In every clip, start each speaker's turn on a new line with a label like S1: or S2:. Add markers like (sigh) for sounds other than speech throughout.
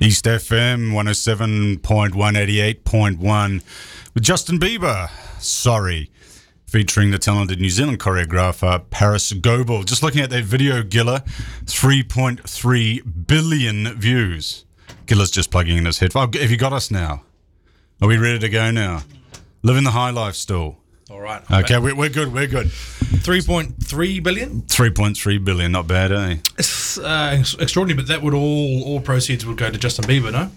S1: East FM 107.1, 88.1 with Justin Bieber, Sorry, featuring the talented New Zealand choreographer Paris Goebel. Just looking at that video, Giller, 3.3 billion views. Giller's just plugging in his headphones. Oh, have you got us now? Are we ready to go now? Living the high life still.
S2: All right.
S1: Okay, we're, we're good, we're good.
S2: 3.3 billion.
S1: 3.3 billion, not bad, eh?
S2: It's uh, ex- extraordinary, but that would all all proceeds would go to Justin Bieber, no?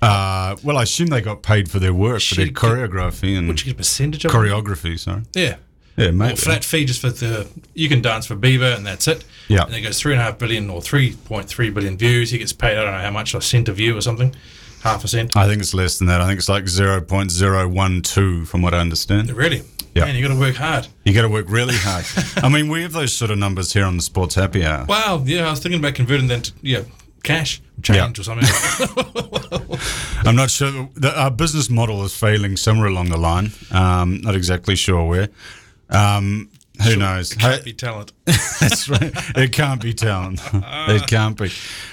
S1: Uh, well, I assume they got paid for their work, for their
S2: Shit,
S1: choreography and
S2: Would you get a percentage of it?
S1: choreography, sorry.
S2: Yeah.
S1: Yeah, maybe.
S2: Or flat fee just for the you can dance for Bieber and that's it.
S1: Yeah.
S2: And it goes three and a half billion or three point three billion views. He gets paid I don't know how much a cent a view or something, half a cent.
S1: I think it's less than that. I think it's like 0.012 from what I understand.
S2: Really?
S1: Yeah.
S2: Man, you got to work hard.
S1: You got to work really
S2: (laughs)
S1: hard. I mean, we have those sort of numbers here on the Sports Happy Hour.
S2: Wow. Yeah, I was thinking about converting that to yeah cash change
S1: (laughs)
S2: or something.
S1: I'm not sure. The, our business model is failing somewhere along the line. Um, not exactly sure where. Um, who knows? Hey,
S2: Happy talent.
S1: (laughs) That's right. It can't be
S2: (laughs)
S1: talent. it can't be.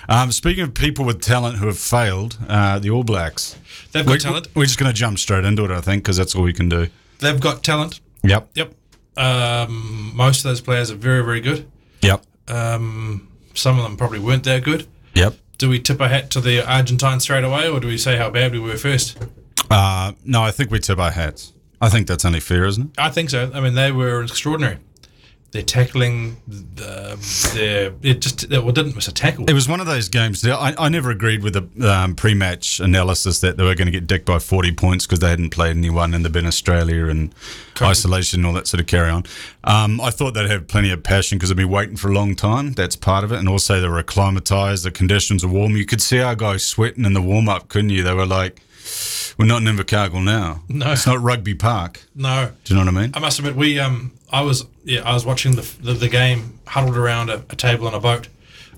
S1: Um, speaking of people with talent who have failed, uh, the All Blacks.
S2: They've
S1: We,
S2: got talent.
S1: we're just going to jump straight into it, I think, because that's all we can do.
S2: They've got talent.
S1: Yep.
S2: Yep. Um, most of those players are very, very good.
S1: Yep.
S2: Um, some of them probably weren't that good.
S1: Yep.
S2: Do we tip our hat to the Argentine straight away, or do we say how bad we were first?
S1: Uh, no, I think we tip our hats. I think that's only fair, isn't it?
S2: I think so. I mean, they were extraordinary. They're tackling, the, their it just they, well didn't miss a tackle.
S1: It was one of those games. that I, I never agreed with the um, pre-match analysis that they were going to get dicked by 40 points because they hadn't played anyone and they'd been Australia and isolation and all that sort of carry on. Um, I thought they'd have plenty of passion because they'd been waiting for a long time. That's part of it. And also they were acclimatised. The conditions were warm. You could see our guys sweating in the warm-up, couldn't you? They were like, we're not in Invercargill now.
S2: No.
S1: It's not rugby park.
S2: No,
S1: Do you know what I mean?
S2: I must admit we um I was yeah I was watching the the, the game huddled around a, a table on a boat.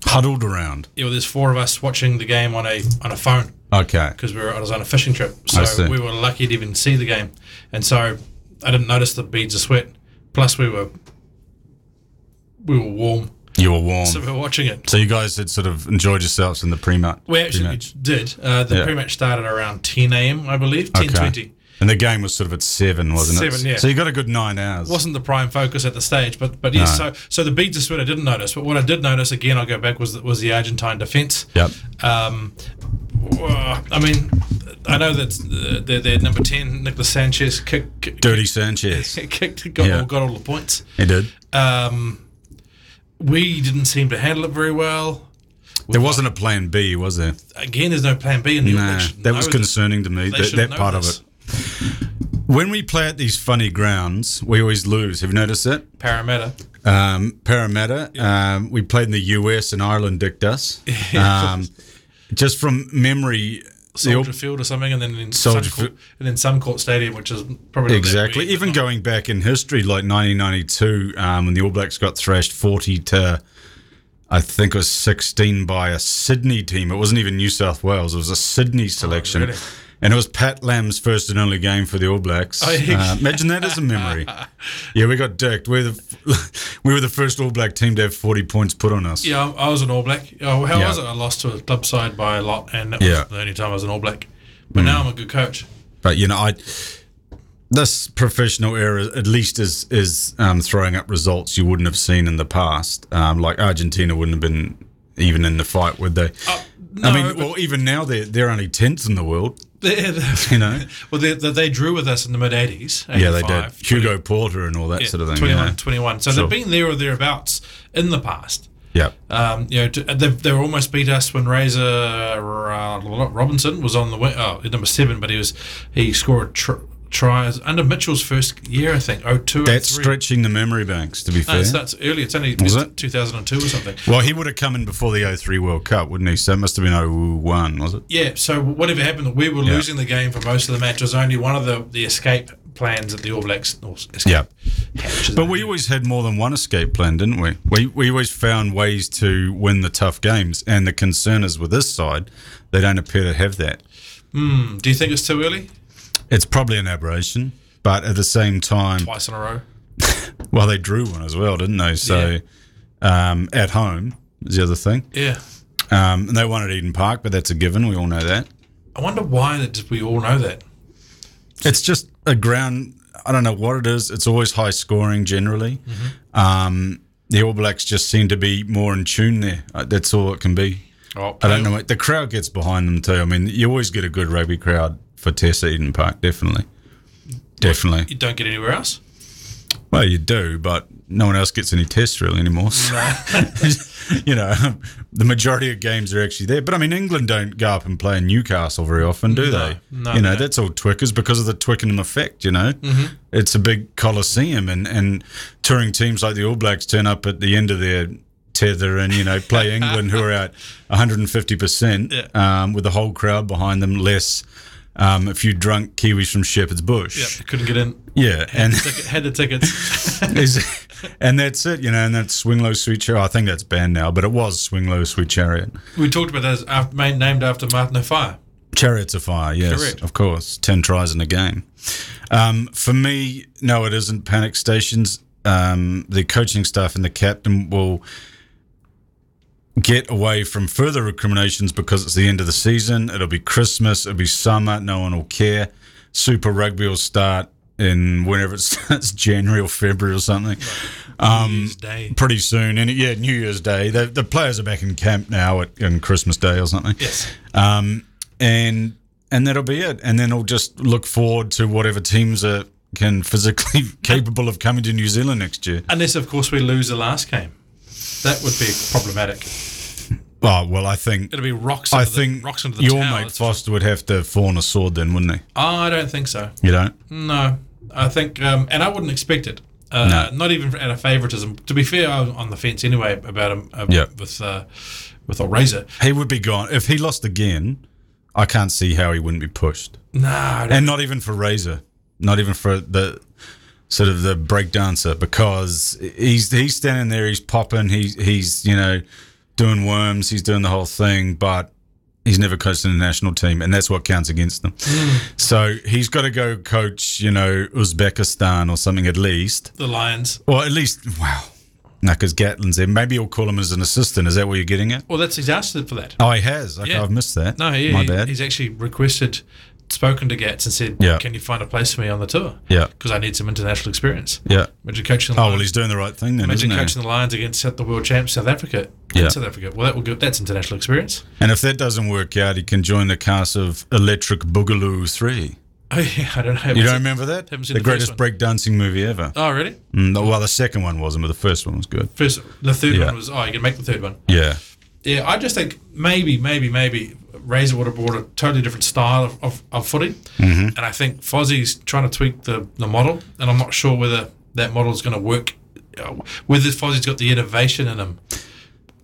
S1: Huddled around.
S2: Yeah, well, there's four of us watching the game on a on a phone.
S1: Okay.
S2: because we were I was on a fishing trip,
S1: I
S2: so
S1: see.
S2: we were lucky to even see the game, and so I didn't notice the beads of sweat. Plus, we were we were warm,
S1: You were warm.
S2: so we were watching it.
S1: So you guys had sort of enjoyed yourselves in the pre-match.
S2: We actually
S1: pre-match.
S2: did. Uh, the
S1: Yeah.
S2: pre-match started around 10 a.m. I believe, 10:20.
S1: And the game was sort of at seven, wasn't it?
S2: Seven, yeah.
S1: So you got a good nine hours.
S2: Wasn't the prime focus at the stage, but but yes. So so the beads of sweat I didn't notice, but what I did notice again, I'll go back was was the Argentine defense.
S1: Yep.
S2: Um, uh, I mean, I know that uh, their their number ten, Nicolas Sanchez, kicked kick,
S1: Dirty
S2: (laughs)
S1: Sanchez.
S2: kicked, got,
S1: Yeah.
S2: all, got all the points.
S1: he did.
S2: Um, we didn't seem to handle it very well.
S1: There wasn't a plan B, was there?
S2: Again, there's no plan B in the
S1: Nah,
S2: election.
S1: that was concerning to me. That, that part of it. When we play at these funny grounds, we always lose. Have you noticed that?
S2: Parramatta.
S1: Um, Parramatta. Um, we played in the US and Ireland dicked
S2: (laughs)
S1: us. Um, just from memory, the All-
S2: Soldier Field or something, and then in
S1: Soldier
S2: Suncorp,
S1: Fi-
S2: and then Suncorp Stadium, which is probably not that
S1: Exactly.
S2: big, but
S1: Even
S2: not-
S1: going back in history, like 1992, um, when the All Blacks got thrashed 40 to, I think it was 16 by a Sydney team. It wasn't even New South Wales. It was a Sydney selection.
S2: Oh, really?
S1: And it was Pat Lamb's first and only game for the All Blacks.
S2: Oh, yeah.
S1: Uh, imagine that as a
S2: (laughs)
S1: memory. yeah, we got dicked. We're the, (laughs) we were the first All Black team to have 40 points put on us.
S2: yeah, I I was an All Black. Oh, how
S1: Yeah.
S2: was it? I lost to a club side by a lot, and that
S1: Yeah. Hmm.
S2: was the only time I was an All Black. But now I'm a good coach.
S1: But you know, I this professional era at least is is um, throwing up results you wouldn't have seen in the past. Um, like Argentina wouldn't have been even in the fight, would they?
S2: Oh, no,
S1: I mean,
S2: but-
S1: well, even now they're they're only tenth in the world.
S2: (laughs)
S1: You know,
S2: well, they, they, they drew with us in the mid 80s.
S1: yeah, they did
S2: 85,
S1: Hugo Porter and all that sort of thing.
S2: 21,
S1: yeah.
S2: 21. So
S1: Sure.
S2: they've been there or thereabouts in the past.
S1: yeah,
S2: Um, you know, to, they, they were almost beat us when Razor uh, Robinson was on the wing, oh, at number seven, but he was he scored tr- tries under Mitchell's first year, I think, oh two.
S1: that's
S2: or three.
S1: stretching the memory banks. To be
S2: No,
S1: fair.
S2: it's, that's early. It's only
S1: Was
S2: it's
S1: it?
S2: 2002 or something.
S1: well, he would have come in before the 03 World Cup, wouldn't he? So it must have been 01, was it?
S2: Yeah. So whatever happened, we were losing the game for most of the match. It was only one of the, the escape plans that the All Blacks. Or escape
S1: Yeah.
S2: hatches
S1: But we always had more than one escape plan, didn't we? We we always found ways to win the tough games, and the concern is with this side, they don't appear to have that.
S2: Do you think it's too early?
S1: It's probably an aberration, but at the same time,
S2: Twice in a row.
S1: well, they drew one as well, didn't they? So um, at home is the other thing.
S2: Yeah.
S1: Um, and they won at Eden Park, but that's a given. We all know that.
S2: I wonder why that we all know that.
S1: It's just a ground. I don't know what it is. It's always high scoring generally. Um, the All Blacks just seem to be more in tune there. Uh, That's all it can be.
S2: Oh,
S1: I don't know. The crowd gets behind them too. I mean, you always get a good rugby crowd for Tess Eden Park, definitely. Definitely.
S2: You don't get anywhere else.
S1: Well, you do, but no one else gets any tests really anymore. so- (laughs) you know, the majority of games are actually there. But I mean, England don't go up and play in Newcastle very often, do they?
S2: no, Mm-hmm.
S1: you know,
S2: they don't.
S1: that's all Twickers because of the Twickenham effect. You know, it's a big coliseum, and and touring teams like the All Blacks turn up at the end of their tether and you know
S2: (laughs)
S1: play England who are out 150 percent um, with the whole crowd behind them, less um, a few drunk Kiwis from Shepherd's Bush.
S2: Yeah, couldn't
S1: (laughs)
S2: get in.
S1: Yeah, and.
S2: Ticket, had the tickets.
S1: Is- and that's it, (laughs) you know, and that's Swing Low Sweet Chariot. I think that's banned now, but it was Swing Low Sweet Chariot.
S2: we talked about that as after, made, named after Martin O'Fire.
S1: Chariots of Fire, yes,
S2: Correct.
S1: of course. 10 tries in a game. Um, for me, no, it isn't Panic Stations. Um, the coaching staff and the captain will get away from further recriminations because it's the end of the season. It'll be Christmas, it'll be summer, no one will care. Super Rugby will start in whenever it (laughs) starts, January or February or something. Um,
S2: Year's Day.
S1: pretty soon. And yeah, New Year's Day. The, the players are back in camp now at on Christmas Day or something.
S2: Yes.
S1: Um, and and that'll be it. And then I'll just look forward to whatever teams are can physically (laughs) capable of coming to New Zealand next year.
S2: Unless, of course, we lose the last game. That would be problematic.
S1: Oh well, I think
S2: It'll be rocks. Into
S1: I
S2: the,
S1: think
S2: rocks into the
S1: your
S2: tower,
S1: mate
S2: that's for-
S1: Foster would have to fall on a sword then, wouldn't he?
S2: I don't think so.
S1: You don't.
S2: No, I think, um, and I wouldn't expect it. Uh, Not even out of favoritism. To be fair, I'm on the fence anyway about him um,
S1: Yeah.
S2: with uh, with old Razor.
S1: He would be gone if he lost again. I can't see how he wouldn't be pushed,
S2: Nah, I don't-
S1: and not even for Razor, not even for the sort of the break dancer because he's he's standing there, he's popping, he's he's you know doing worms, he's doing the whole thing, but he's never coached in the national team, and that's what counts against them.
S2: Hmm.
S1: So he's got to go coach, you know, Uzbekistan or something at least,
S2: the Lions.
S1: or at least wow, no, because Gatlin's there. Maybe he'll call him as an assistant. Is that where you're getting it?
S2: Well, that's he's asked for that.
S1: Oh, he has. Okay,
S2: Yeah.
S1: I've missed that.
S2: No, he,
S1: my
S2: he-
S1: bad.
S2: he's actually requested, spoken to Gats and said,
S1: Yeah.
S2: "Can you find a place for me on the tour?
S1: Yeah.
S2: because I need some international experience."
S1: Yeah.
S2: Imagine coaching. The
S1: Oh well,
S2: Lions,
S1: he's doing the right thing then,
S2: imagine
S1: isn't he?
S2: coaching the Lions against the world champs South Africa. in
S1: Yeah.
S2: South Africa. Well, that will go, that's international experience. (laughs)
S1: And if that doesn't work out, he can join the cast of Electric Boogaloo Three.
S2: Oh yeah, I don't know.
S1: You don't remember that?
S2: Haven't
S1: The,
S2: seen the
S1: greatest
S2: first
S1: breakdancing movie ever.
S2: Oh really?
S1: Mm, the- well, the second one wasn't, but the first one was good.
S2: First, the third
S1: Yeah.
S2: one was. Oh, you can make the third one.
S1: Yeah.
S2: Yeah, I just think maybe, maybe, maybe Razor would have brought a totally different style of, of, of footy.
S1: Mm-hmm.
S2: And I think Fozzie's trying to tweak the, the model, and I'm not sure whether that model is going to work, uh, whether Fozzie's got the innovation in him.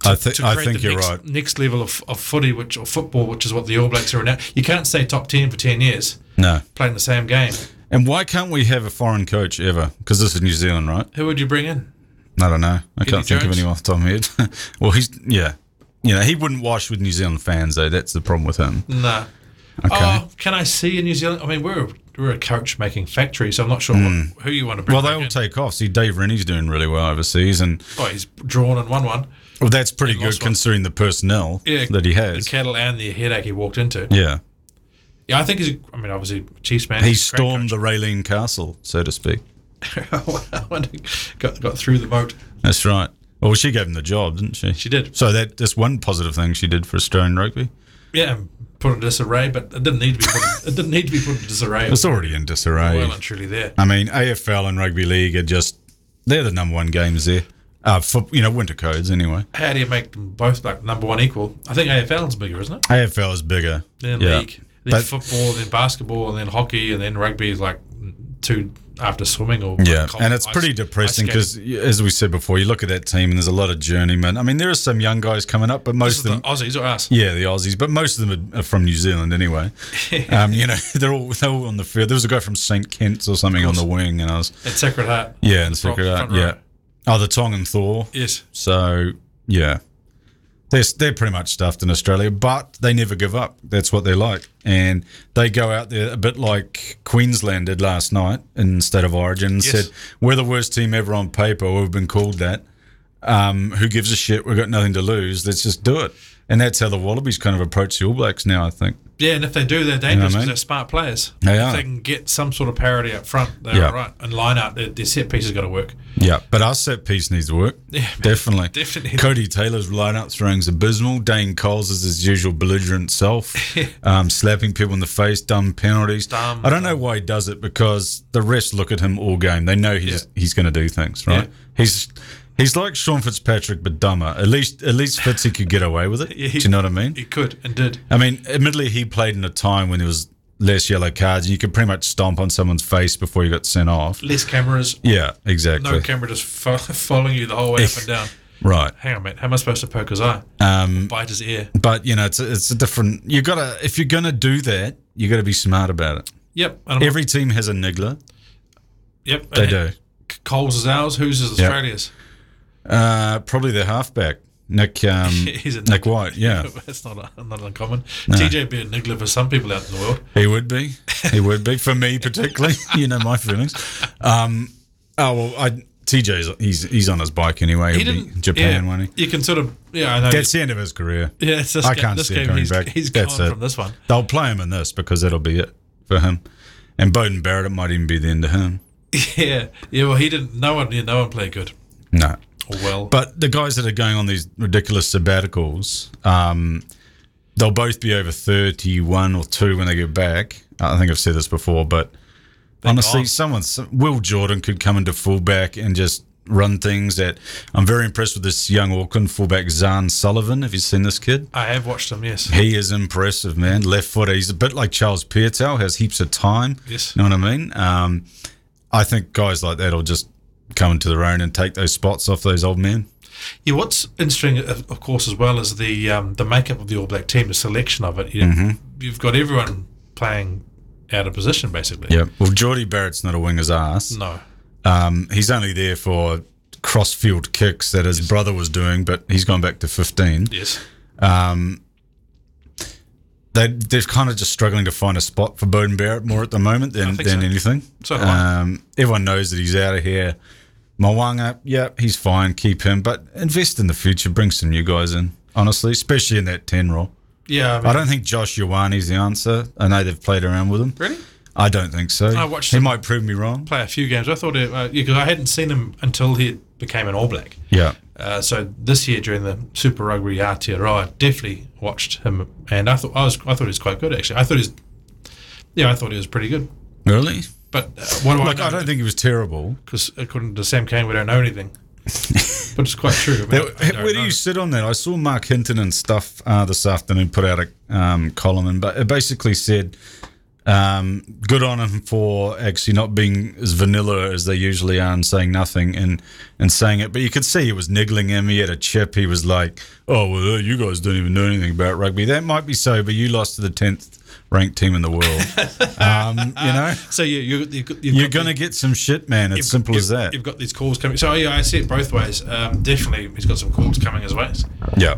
S1: I, think
S2: to
S1: I
S2: create
S1: think
S2: the
S1: you're
S2: next,
S1: right.
S2: Next level of, of footy, which or football, which is what the All Blacks are now. You can't stay top ten for ten years
S1: No.
S2: playing the same game.
S1: And why can't we have a foreign coach ever? Because this is New Zealand, right?
S2: Who would you bring in?
S1: I don't know. I can't think
S2: Jones?
S1: of anyone off the top of my head. (laughs) well, he's, yeah. You know, he wouldn't wash with New Zealand fans, though. That's the problem with him.
S2: Nah.
S1: Okay.
S2: Mm. uh, Oh, can I see a New Zealand? I mean, we're we're a coach making factory, so I'm not sure what, who you want to bring.
S1: Hmm. well, they
S2: back
S1: all
S2: in.
S1: take off. See, Dave Rennie's doing really well overseas, and
S2: Oh, he's drawn in one one.
S1: well, that's pretty good
S2: lost one.
S1: considering the personnel
S2: Yeah,
S1: that he
S2: The
S1: has.
S2: cattle and the headache he walked into. Yeah,
S1: yeah.
S2: I think he's. I mean, obviously, Chiefs man.
S1: He
S2: he's a great (laughs)
S1: stormed the Raylene Castle, so to speak.
S2: coach. I wonder- got got through the moat.
S1: That's right. Well, she gave him the job, didn't she?
S2: She did.
S1: So that that's one positive thing she did for Australian rugby.
S2: Yeah, put in disarray, but it didn't need to be. Put, it didn't need to be put in disarray.
S1: (laughs) It's
S2: It was
S1: already in disarray.
S2: well uh, and truly there.
S1: I mean, AFL and rugby league are just they're the number one games there. Uh, for, you know, winter codes anyway.
S2: How do you make them both like number one equal? I think AFL's bigger, isn't it?
S1: AFL is bigger.
S2: Then
S1: Yeah.
S2: league, then
S1: But-
S2: football, then basketball, and then hockey, and then rugby is like two after swimming or
S1: Yeah,
S2: cold
S1: and it's
S2: ice-
S1: pretty
S2: ice
S1: depressing
S2: skating.
S1: because, as we said before, you look at that team and there's a lot of journeymen. I mean, there are some young guys coming up, but most
S2: This
S1: of
S2: is
S1: them
S2: the Aussies or us.
S1: Yeah, the Aussies, but most of them are are from New Zealand anyway.
S2: (laughs)
S1: um, you know, (laughs) they're all they're all on the field. There was a guy from St Kitts or something on the wing, and I was
S2: At Sacred Heart.
S1: yeah, and secret
S2: front
S1: out,
S2: row.
S1: yeah. Oh, the Tongan Thor.
S2: Yes.
S1: So yeah, they're s- they're pretty much stuffed in Australia, but they never give up. That's what they're like, and they go out there a bit like Queensland did last night in State of Origin. and
S2: Yes.
S1: Said we're the worst team ever on paper. We've been called that. Um, who gives a shit? We've got nothing to lose. Let's just do it. And that's how the Wallabies kind of approach the All Blacks now, I think.
S2: Yeah, and if they do, they're dangerous because
S1: I mean?
S2: they're smart players.
S1: They
S2: if
S1: are.
S2: they can get some sort of parity up front, they're
S1: Yeah.
S2: all right. And line out, their, their set piece has got to work.
S1: Yeah, but our set piece needs work.
S2: (laughs) Yeah,
S1: definitely.
S2: definitely.
S1: Cody Taylor's lineup throwing's abysmal. Dane Coles is his usual belligerent self,
S2: (laughs)
S1: um, slapping people in the face, dumb penalties.
S2: Dumb,
S1: I don't know why he does it because the refs look at him all game. They know he's he's going to do things right.
S2: Yeah.
S1: He's he's like Sean Fitzpatrick but dumber. At least at least Fitzy could get away with it.
S2: (laughs) Yeah, he-
S1: do you know what I mean?
S2: He could and did.
S1: I mean, admittedly, he played in a time when there was less yellow cards. You could pretty much stomp on someone's face before you got sent off.
S2: Less cameras,
S1: Yeah, exactly.
S2: no camera just fo- (laughs) following you the whole way up and down.
S1: Right.
S2: Hang on, mate. How am I supposed to poke his eye?
S1: Um,
S2: Bite his ear.
S1: but you know it's a, it's a different you gotta if you're gonna do that you gotta be smart about it
S2: Yep. And I'm-
S1: every team has a niggler
S2: yep.
S1: they
S2: and
S1: do
S2: Coles is ours. Whose is Australia's? (laughs)
S1: uh, probably their halfback nick um,
S2: (laughs) He's a
S1: nick white
S2: (laughs)
S1: yeah
S2: That's not not uncommon. TJ would be a niggler for some people out in the world.
S1: he would be he would be for me
S2: (laughs)
S1: particularly you know my feelings um, oh well i tj's he's he's on his bike anyway
S2: He
S1: He'll be
S2: didn't.
S1: japan
S2: yeah,
S1: won't he
S2: You can sort of. Yeah, I know.
S1: that's the end of his career
S2: (laughs) yeah, it's this
S1: I
S2: game,
S1: can't
S2: this
S1: see it
S2: game
S1: coming
S2: he's,
S1: back.
S2: he's gone
S1: That's it.
S2: from this one.
S1: they'll play him in this because that'll be it for him and bowden barrett it might even be the end of him
S2: (laughs) Yeah, yeah. Well, he didn't. No one. Yeah, no one played good
S1: no
S2: or well.
S1: But the guys that are going on these ridiculous sabbaticals, um, they'll both be over 31 or 2 when they get back. I think I've said this before, but honestly,
S2: gone.
S1: someone, some- Will Jordan could come into fullback and just run things that I'm very impressed with this young Auckland fullback, Zahn Sullivan. Have you seen this kid?
S2: I have watched him. Yes.
S1: He is impressive, man. Left foot. He's a bit like Charles Piertel, has heaps of time.
S2: Yes.
S1: You know what I mean? Um, I think guys like that will just come into their own and take those spots off those old men.
S2: Yeah. What's interesting, of of course, as well is the um, the makeup of the All Black team, the selection of it. You You've got everyone playing out of position, basically.
S1: Yeah. Well, Geordie Barrett's not a winger's ass.
S2: No.
S1: Um, he's only there for cross-field kicks that his brother was doing, but he's gone back to 15.
S2: Yes.
S1: They, they're kind of just struggling to find a spot for Bowden Barrett more at the moment than,
S2: think
S1: than
S2: so.
S1: anything.
S2: So do I.
S1: um, everyone knows that he's out of here. Mwanga, yeah, he's fine. Keep him, but invest in the future. Bring some new guys in, honestly, especially in that 10 role.
S2: Yeah. I mean,
S1: I don't think Josh Ioane's the answer. I know they've played around with him.
S2: Really?
S1: I don't think so.
S2: I watched
S1: he
S2: him-
S1: might prove me wrong.
S2: play a few games. I thought it because I hadn't seen him until he became an All Black.
S1: Yeah.
S2: Uh, so this year during the Super Rugby Aotearoa, I definitely watched him, and I thought I was I thought he was quite good actually. I thought he was, yeah, I thought he was pretty good.
S1: Really?
S2: But uh, what do
S1: Like,
S2: I
S1: I don't think he was terrible.
S2: Because according to Sam Kane, we don't
S1: (laughs)
S2: know anything, but it's quite true. I mean, I don't
S1: Where do
S2: know.
S1: you sit on that? I saw Mark Hinton and stuff uh, this afternoon put out a um, column, and but it basically said, um, "Good on him for actually not being as vanilla as they usually are and saying nothing and and saying it." But you could see he was niggling him. He had a chip. He was like, "Oh well, uh, you guys don't even know anything about rugby. That might be so, but you lost to the tenth ranked team in the (laughs) world. um, you know,
S2: So you you you you've
S1: you're
S2: got
S1: going to get some shit, man. It's simple as that.
S2: You've got these calls coming. So yeah, I see it both ways. Um, definitely, he's got some calls coming his ways.
S1: yeah."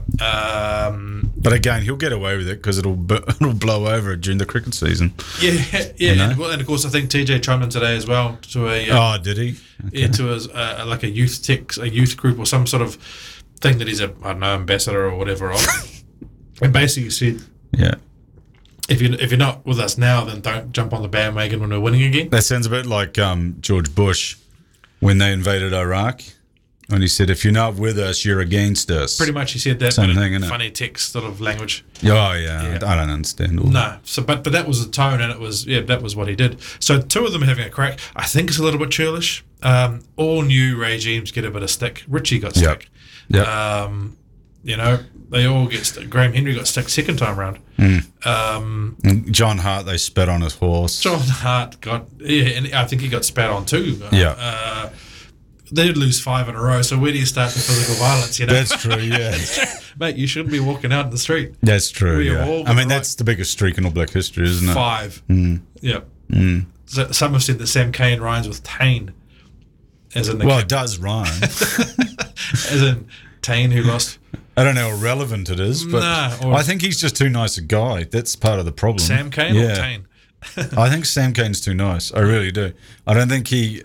S2: Um,
S1: But again, he'll get away with it because it'll bu- (laughs) it'll blow over during the cricket season.
S2: yeah, (laughs) yeah, and, well, and of course, I think TJ chimed in today as well to a uh,
S1: Oh, did he?
S2: yeah, to a, a, like a youth tech, a youth group or some sort of thing that he's a I don't know ambassador or whatever of,
S1: (laughs)
S2: and basically said
S1: Yeah.
S2: if you if you're not with us now, then don't jump on the bandwagon when we're winning again.
S1: That sounds a bit like um, George Bush when they invaded Iraq, when he said, "If you're not with us, you're against us."
S2: Pretty much, he said that
S1: Same
S2: but in
S1: thing, innit?
S2: funny text sort of language.
S1: oh yeah, I don't understand all that.
S2: No, so but but that was the tone, and it was yeah, that was what he did. So two of them having a crack. I think it's a little bit churlish. Um, all new regimes get a bit of stick. Richie got
S1: Yep.
S2: stick.
S1: Yep.
S2: Um, you know, they all get stick. Graham Henry got stick second time round.
S1: And John Hart, they spit on his horse.
S2: um, John Hart got yeah, and I think he got spat on too.
S1: Yeah.
S2: Uh, they did lose five in a row, so where do you start the physical violence? You know,
S1: (laughs) That's true. Yeah,
S2: (laughs) mate, you shouldn't be walking out in the street.
S1: that's true.
S2: We have
S1: Yeah.
S2: all
S1: I
S2: been
S1: mean,
S2: right.
S1: that's the biggest streak in all Black history, isn't it?
S2: Five.
S1: Mm.
S2: Yeah. So, some have said that Sam Kane rhymes with Tane, as in the
S1: Well, it does rhyme.
S2: (laughs) as in Tane who lost.
S1: I don't know how relevant it is, but
S2: Nah, or-
S1: I think he's just too nice a guy. That's part of the problem.
S2: Sam Kane
S1: yeah.
S2: or Tane?
S1: I think Sam Kane's too nice. I really do. I don't think he.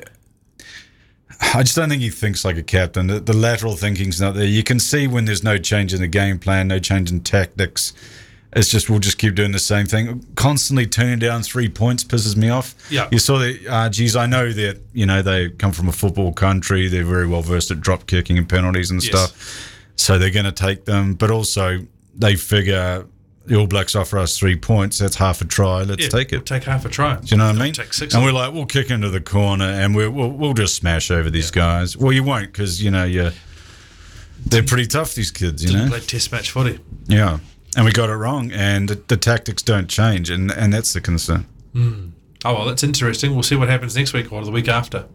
S1: I just don't think he thinks like a captain. The, the lateral thinking's not there. You can see when there's no change in the game plan, no change in tactics. It's just we'll just keep doing the same thing. Constantly turning down three points pisses me off.
S2: Yeah.
S1: you saw the RGs. I know that you know they come from a football country. They're very well versed at drop kicking and penalties and
S2: Yes.
S1: stuff. So they're going to take them, but also they figure the All Blacks offer us three points. That's half a try. Let's
S2: Yeah,
S1: take
S2: we'll
S1: it.
S2: take half a try.
S1: Do you know what I mean?
S2: Take six
S1: and
S2: of
S1: we're like, we'll kick into the corner and we're, we'll, we'll just smash over these guys. Well, you won't because, you know, you they're pretty tough, these kids, you
S2: Didn't
S1: know?
S2: play test match footy.
S1: Yeah. And we got it wrong and the, the tactics don't change. And, and that's the concern.
S2: Oh well, that's interesting. We'll see what happens next week or the week after.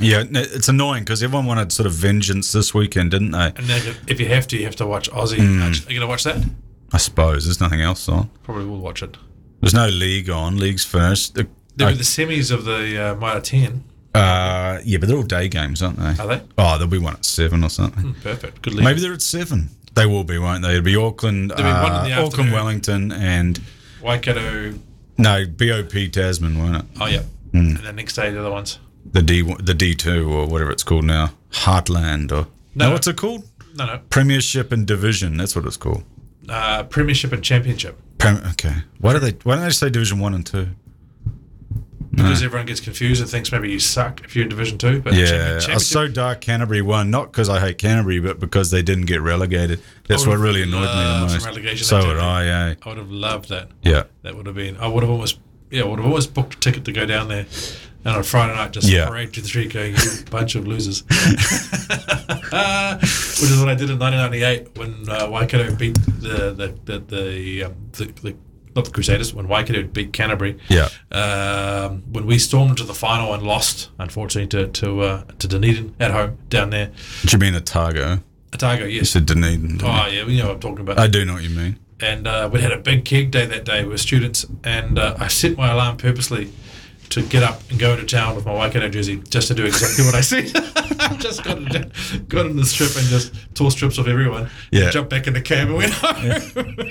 S1: Yeah. n- It's annoying because everyone wanted sort of vengeance this weekend, didn't they?
S2: And then if you have to, you have to watch Aussie.
S1: Mm.
S2: Are you going to watch that?
S1: I suppose there's nothing else on.
S2: Probably will watch it.
S1: There's no league on. League's finished. The-
S2: There were the semis of the uh, Mitre 10,
S1: uh, yeah, but they're all day games, aren't they?
S2: are they?
S1: Oh, there'll be one at seven or something.
S2: Perfect. Good league.
S1: Maybe they're at seven. They will be, won't they? It'll be Auckland,
S2: be one in
S1: uh,
S2: the
S1: Auckland,
S2: afternoon.
S1: Wellington, and
S2: Waikato.
S1: no BOP Tasman, won't it?
S2: Oh, yeah.
S1: Mm.
S2: And then next day, the other ones.
S1: The D, the D two or whatever it's called now, Heartland or no,
S2: No.
S1: what's it called?
S2: No, no.
S1: Premiership and Division. That's what it's called.
S2: Uh, Premiership and Championship.
S1: Prem- okay. Why do they? Why don't they say Division One and Two?
S2: Because everyone gets confused and thinks maybe you suck if you're in Division 2. But champion-
S1: Hmm. Yeah, I was
S2: championship-
S1: so dark Canterbury won, not because I hate Canterbury, but because they didn't get relegated. That's
S2: I
S1: what
S2: would've
S1: really annoyed
S2: loved
S1: me
S2: Oh, uh, some
S1: the most.
S2: relegation
S1: So would
S2: activity.
S1: I. Yeah.
S2: I would have loved that.
S1: Yeah.
S2: That would have been. I would have almost. Yeah, I would have almost booked a ticket to go down there, and on Friday night just
S1: Yeah.
S2: parade to the street going, "You (laughs) bunch of losers," which is what I did in 1998 when uh, Waikato beat the the the the, um, the, the not the Crusaders when Waikato beat Canterbury.
S1: Yeah.
S2: Um, when we stormed to the final and lost, unfortunately, to to uh, to Dunedin at home down there.
S1: Do you mean Otago?
S2: Otago, yes.
S1: To Dunedin. didn't
S2: Oh
S1: you?
S2: yeah, you know what I'm talking about
S1: I do know what you mean.
S2: and uh, we had a big keg day that day with students. And uh, I set my alarm purposely to get up and go into town with my Waikato jersey just to do exactly what I said. (laughs) just got in, got in the strip and just tore strips off everyone.
S1: Yeah.
S2: Jumped back in the cab and went (laughs) home.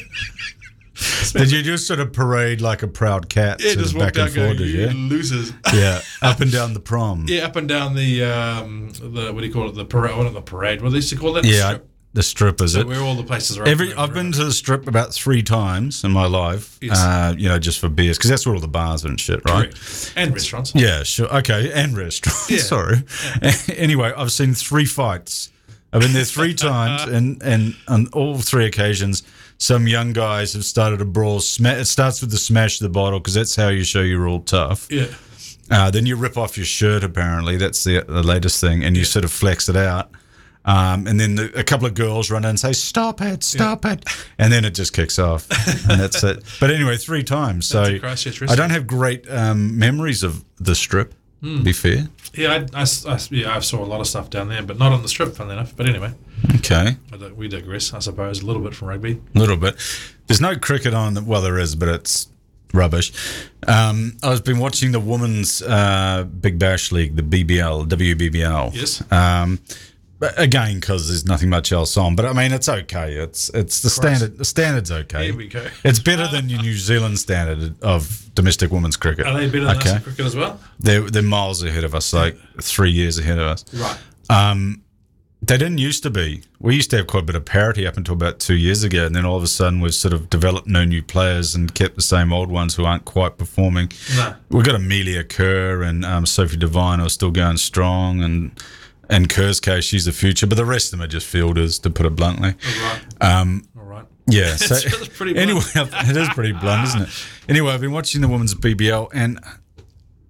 S1: Did you just sort of parade like a proud cat,
S2: yeah,
S1: sort
S2: just
S1: of back
S2: walked
S1: and
S2: out
S1: forward?
S2: going,
S1: did
S2: you
S1: you?
S2: losers. (laughs)
S1: Yeah, up and down the prom.
S2: yeah, up and down the um, the what do you call it? The parade? What the parade? What they used to call that?
S1: Yeah,
S2: Strip.
S1: the strip is it?
S2: Where all the places are.
S1: Every
S2: open
S1: I've been to the strip about three times in my life.
S2: Yes.
S1: Uh, you know, just for beers because that's where all the bars are and shit, right?
S2: Correct. and restaurants.
S1: Yeah, sure. Okay, and restaurants. (laughs)
S2: Yeah.
S1: Sorry. anyway, I've seen three fights. I've been there
S2: (laughs)
S1: three times, and and on all three occasions, some young guys have started a brawl. Sma- it starts with the smash of the bottle because that's how you show you're all tough.
S2: Yeah.
S1: Uh, then you rip off your shirt, apparently. That's the, the latest thing. And you sort of flex it out. Um, and then the, a couple of girls run in and say, Stop it, stop it. And then it just kicks off. and that's it. But anyway, three times. So
S2: a Christchurch
S1: I don't have great um, memories of the strip, to be fair.
S2: Yeah, I, I, I, yeah, I saw a lot of stuff down there, but not on the strip, funnily enough. But anyway,
S1: Okay,
S2: I don't- we digress, I suppose, a little bit from rugby.
S1: a little bit. There's no cricket on. Well, there is, but it's rubbish. Um, I've been watching the Women's uh, Big Bash League, the BBL, WBBL.
S2: Yes.
S1: Um, but again, because there's nothing much else on. But I mean, it's okay. It's it's the standard. The standard's okay.
S2: Here we go.
S1: It's better than your New Zealand standard of domestic women's cricket.
S2: Are they better than us in cricket as well?
S1: They're, they're miles ahead of us, like three years ahead of us.
S2: Right.
S1: They didn't used to be. We used to have quite a bit of parity up until about two years ago, and then all of a sudden we've sort of developed no new players and kept the same old ones who aren't quite performing.
S2: No.
S1: We've got Amelia Kerr and um, Sophie Devine who are still going strong, and in Kerr's case, she's the future, but the rest of them are just fielders, to put it bluntly.
S2: Right.
S1: Um,
S2: All right.
S1: yeah, so
S2: (laughs) It's pretty blunt.
S1: anyway, (laughs) it is pretty blunt, isn't it? Anyway, I've been watching the women's BBL, and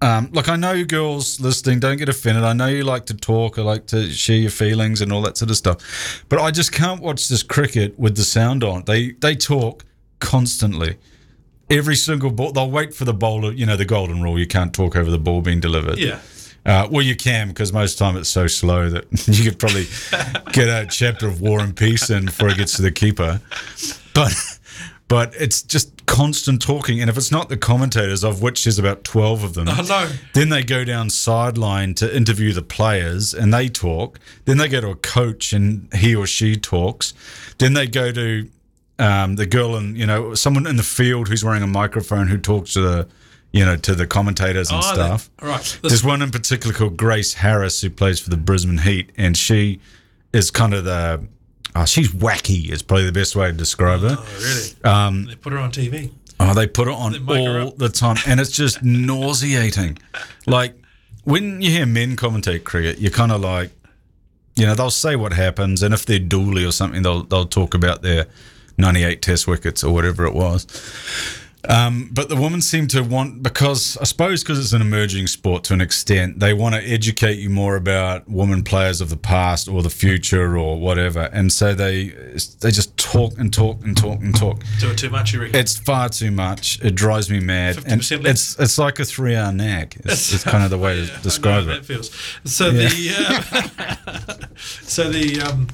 S1: um, look, I know you girls listening don't get offended. I know you like to talk, I like to share your feelings and all that sort of stuff, but I just can't watch this cricket with the sound on. They they talk constantly. Every single ball, they'll wait for the bowler. You know the golden rule: you can't talk over the ball being delivered.
S2: Yeah.
S1: Uh, well, you can because most of the time it's so slow that (laughs) you could probably get a chapter of War and Peace in before it gets to the keeper. But but it's just constant talking, and if it's not the commentators, of which there's about twelve of them,
S2: I know.
S1: then they go down sideline to interview the players and they talk. Then they go to a coach and he or she talks. Then they go to um, the girl and you know someone in the field who's wearing a microphone who talks to the you know, to the commentators and
S2: Oh,
S1: stuff.
S2: that- all right. This-
S1: There's one in particular called Grace Harris who plays for the Brisbane Heat, and she is kind of the. Oh, she's wacky is probably the best way to describe her.
S2: oh, really? Um, they put her on TV.
S1: Oh, they put it on
S2: mic her
S1: all the time, and it's
S2: (laughs)
S1: just nauseating. Like when you hear men commentate cricket, you're kind of like, you know, they'll say what happens, and if they're dually or something, they'll they'll talk about their 98 Test wickets or whatever it was. Um, but the women seem to want because I suppose because it's an emerging sport to an extent, they want to educate you more about women players of the past or the future or whatever, and so they they just talk and talk and talk and talk.
S2: Do it too much, you reckon?
S1: It's far too much. It drives me mad. And
S2: 50%
S1: it's it's like a three hour nag.
S2: (laughs)
S1: It's, it's kind of the way to describe
S2: I know how
S1: it.
S2: That feels. So the uh, (laughs) so the um,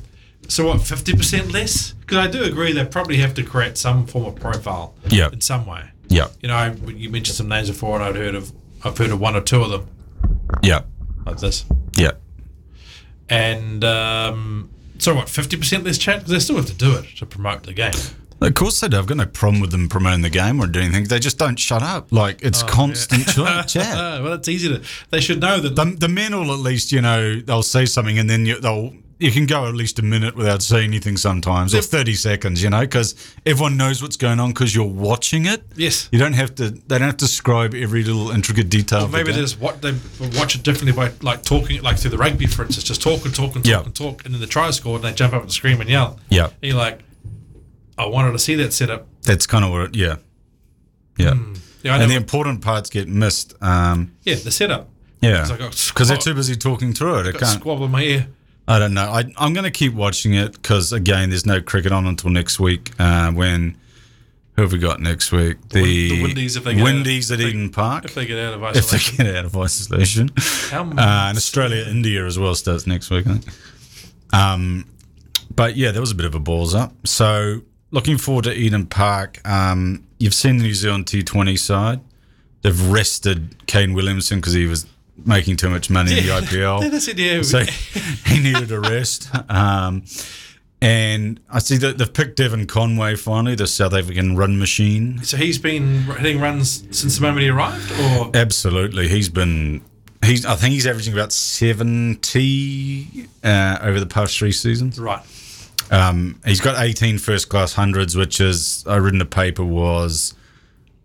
S2: so what fifty percent less? Because I do agree they probably have to create some form of profile.
S1: Yeah.
S2: In some way.
S1: Yeah,
S2: You know, I, you mentioned some names before, and I'd heard of I've heard of one or two of them
S1: yeah,
S2: like this.
S1: yeah,
S2: And um, so what fifty percent less chat? Because they still have to do it to promote the game.
S1: Of course they do. I've got no problem with them promoting the game or doing anything. They just don't shut up. Like
S2: Oh,
S1: it's
S2: (laughs)
S1: constant chat. chat.
S2: Uh, well, it's easy to. They should know that.
S1: The, the men will at least you know they'll say something and then you, they'll you can go at least a minute without saying anything sometimes or thirty seconds. You know because everyone knows what's going on because you're watching it.
S2: Yes.
S1: You don't have to. They don't have to describe every little intricate detail. of the
S2: Maybe
S1: game.
S2: they just what they watch it differently by like talking, like through the rugby, for instance, just talk and talk and talk
S1: Yeah.
S2: and talk, and then the try score, and they jump up and scream and yell.
S1: Yeah.
S2: and you're like, I wanted to see that setup.
S1: That's kind of what. It, yeah, yeah.
S2: Yeah, I know.
S1: and the important parts get missed. Um,
S2: yeah, the setup.
S1: yeah,
S2: It's like, oh,
S1: because they're too
S2: squab-
S1: busy talking through it. I
S2: Got
S1: can't.
S2: squabble in my ear.
S1: I don't know. I, I'm going to keep watching it because again, there's no cricket on until next week. Uh, when who have we got next week? The,
S2: the Windies, if they get
S1: Windies
S2: out
S1: at
S2: of- if they-
S1: Eden Park.
S2: If they get out of
S1: If they
S2: isolation,
S1: get out of isolation,
S2: How
S1: uh,
S2: much-
S1: and
S2: (laughs)
S1: Australia, India as well starts next week. I think. Um, but yeah, there was a bit of a balls up. So looking forward to Eden Park. Um, you've seen the New Zealand T20 side. They've rested Kane Williamson because he was making too much money in the IPL.
S2: They said, (laughs) yeah,
S1: So he needed a rest. Um, and I see that they've picked Devon Conway finally, the South African run machine.
S2: so he's been hitting runs since the moment he arrived, or
S1: Absolutely, he's been. He's. I think he's averaging about seventy uh, over the past three seasons.
S2: right.
S1: Um, he's got 18 first class hundreds, which is I read in the paper was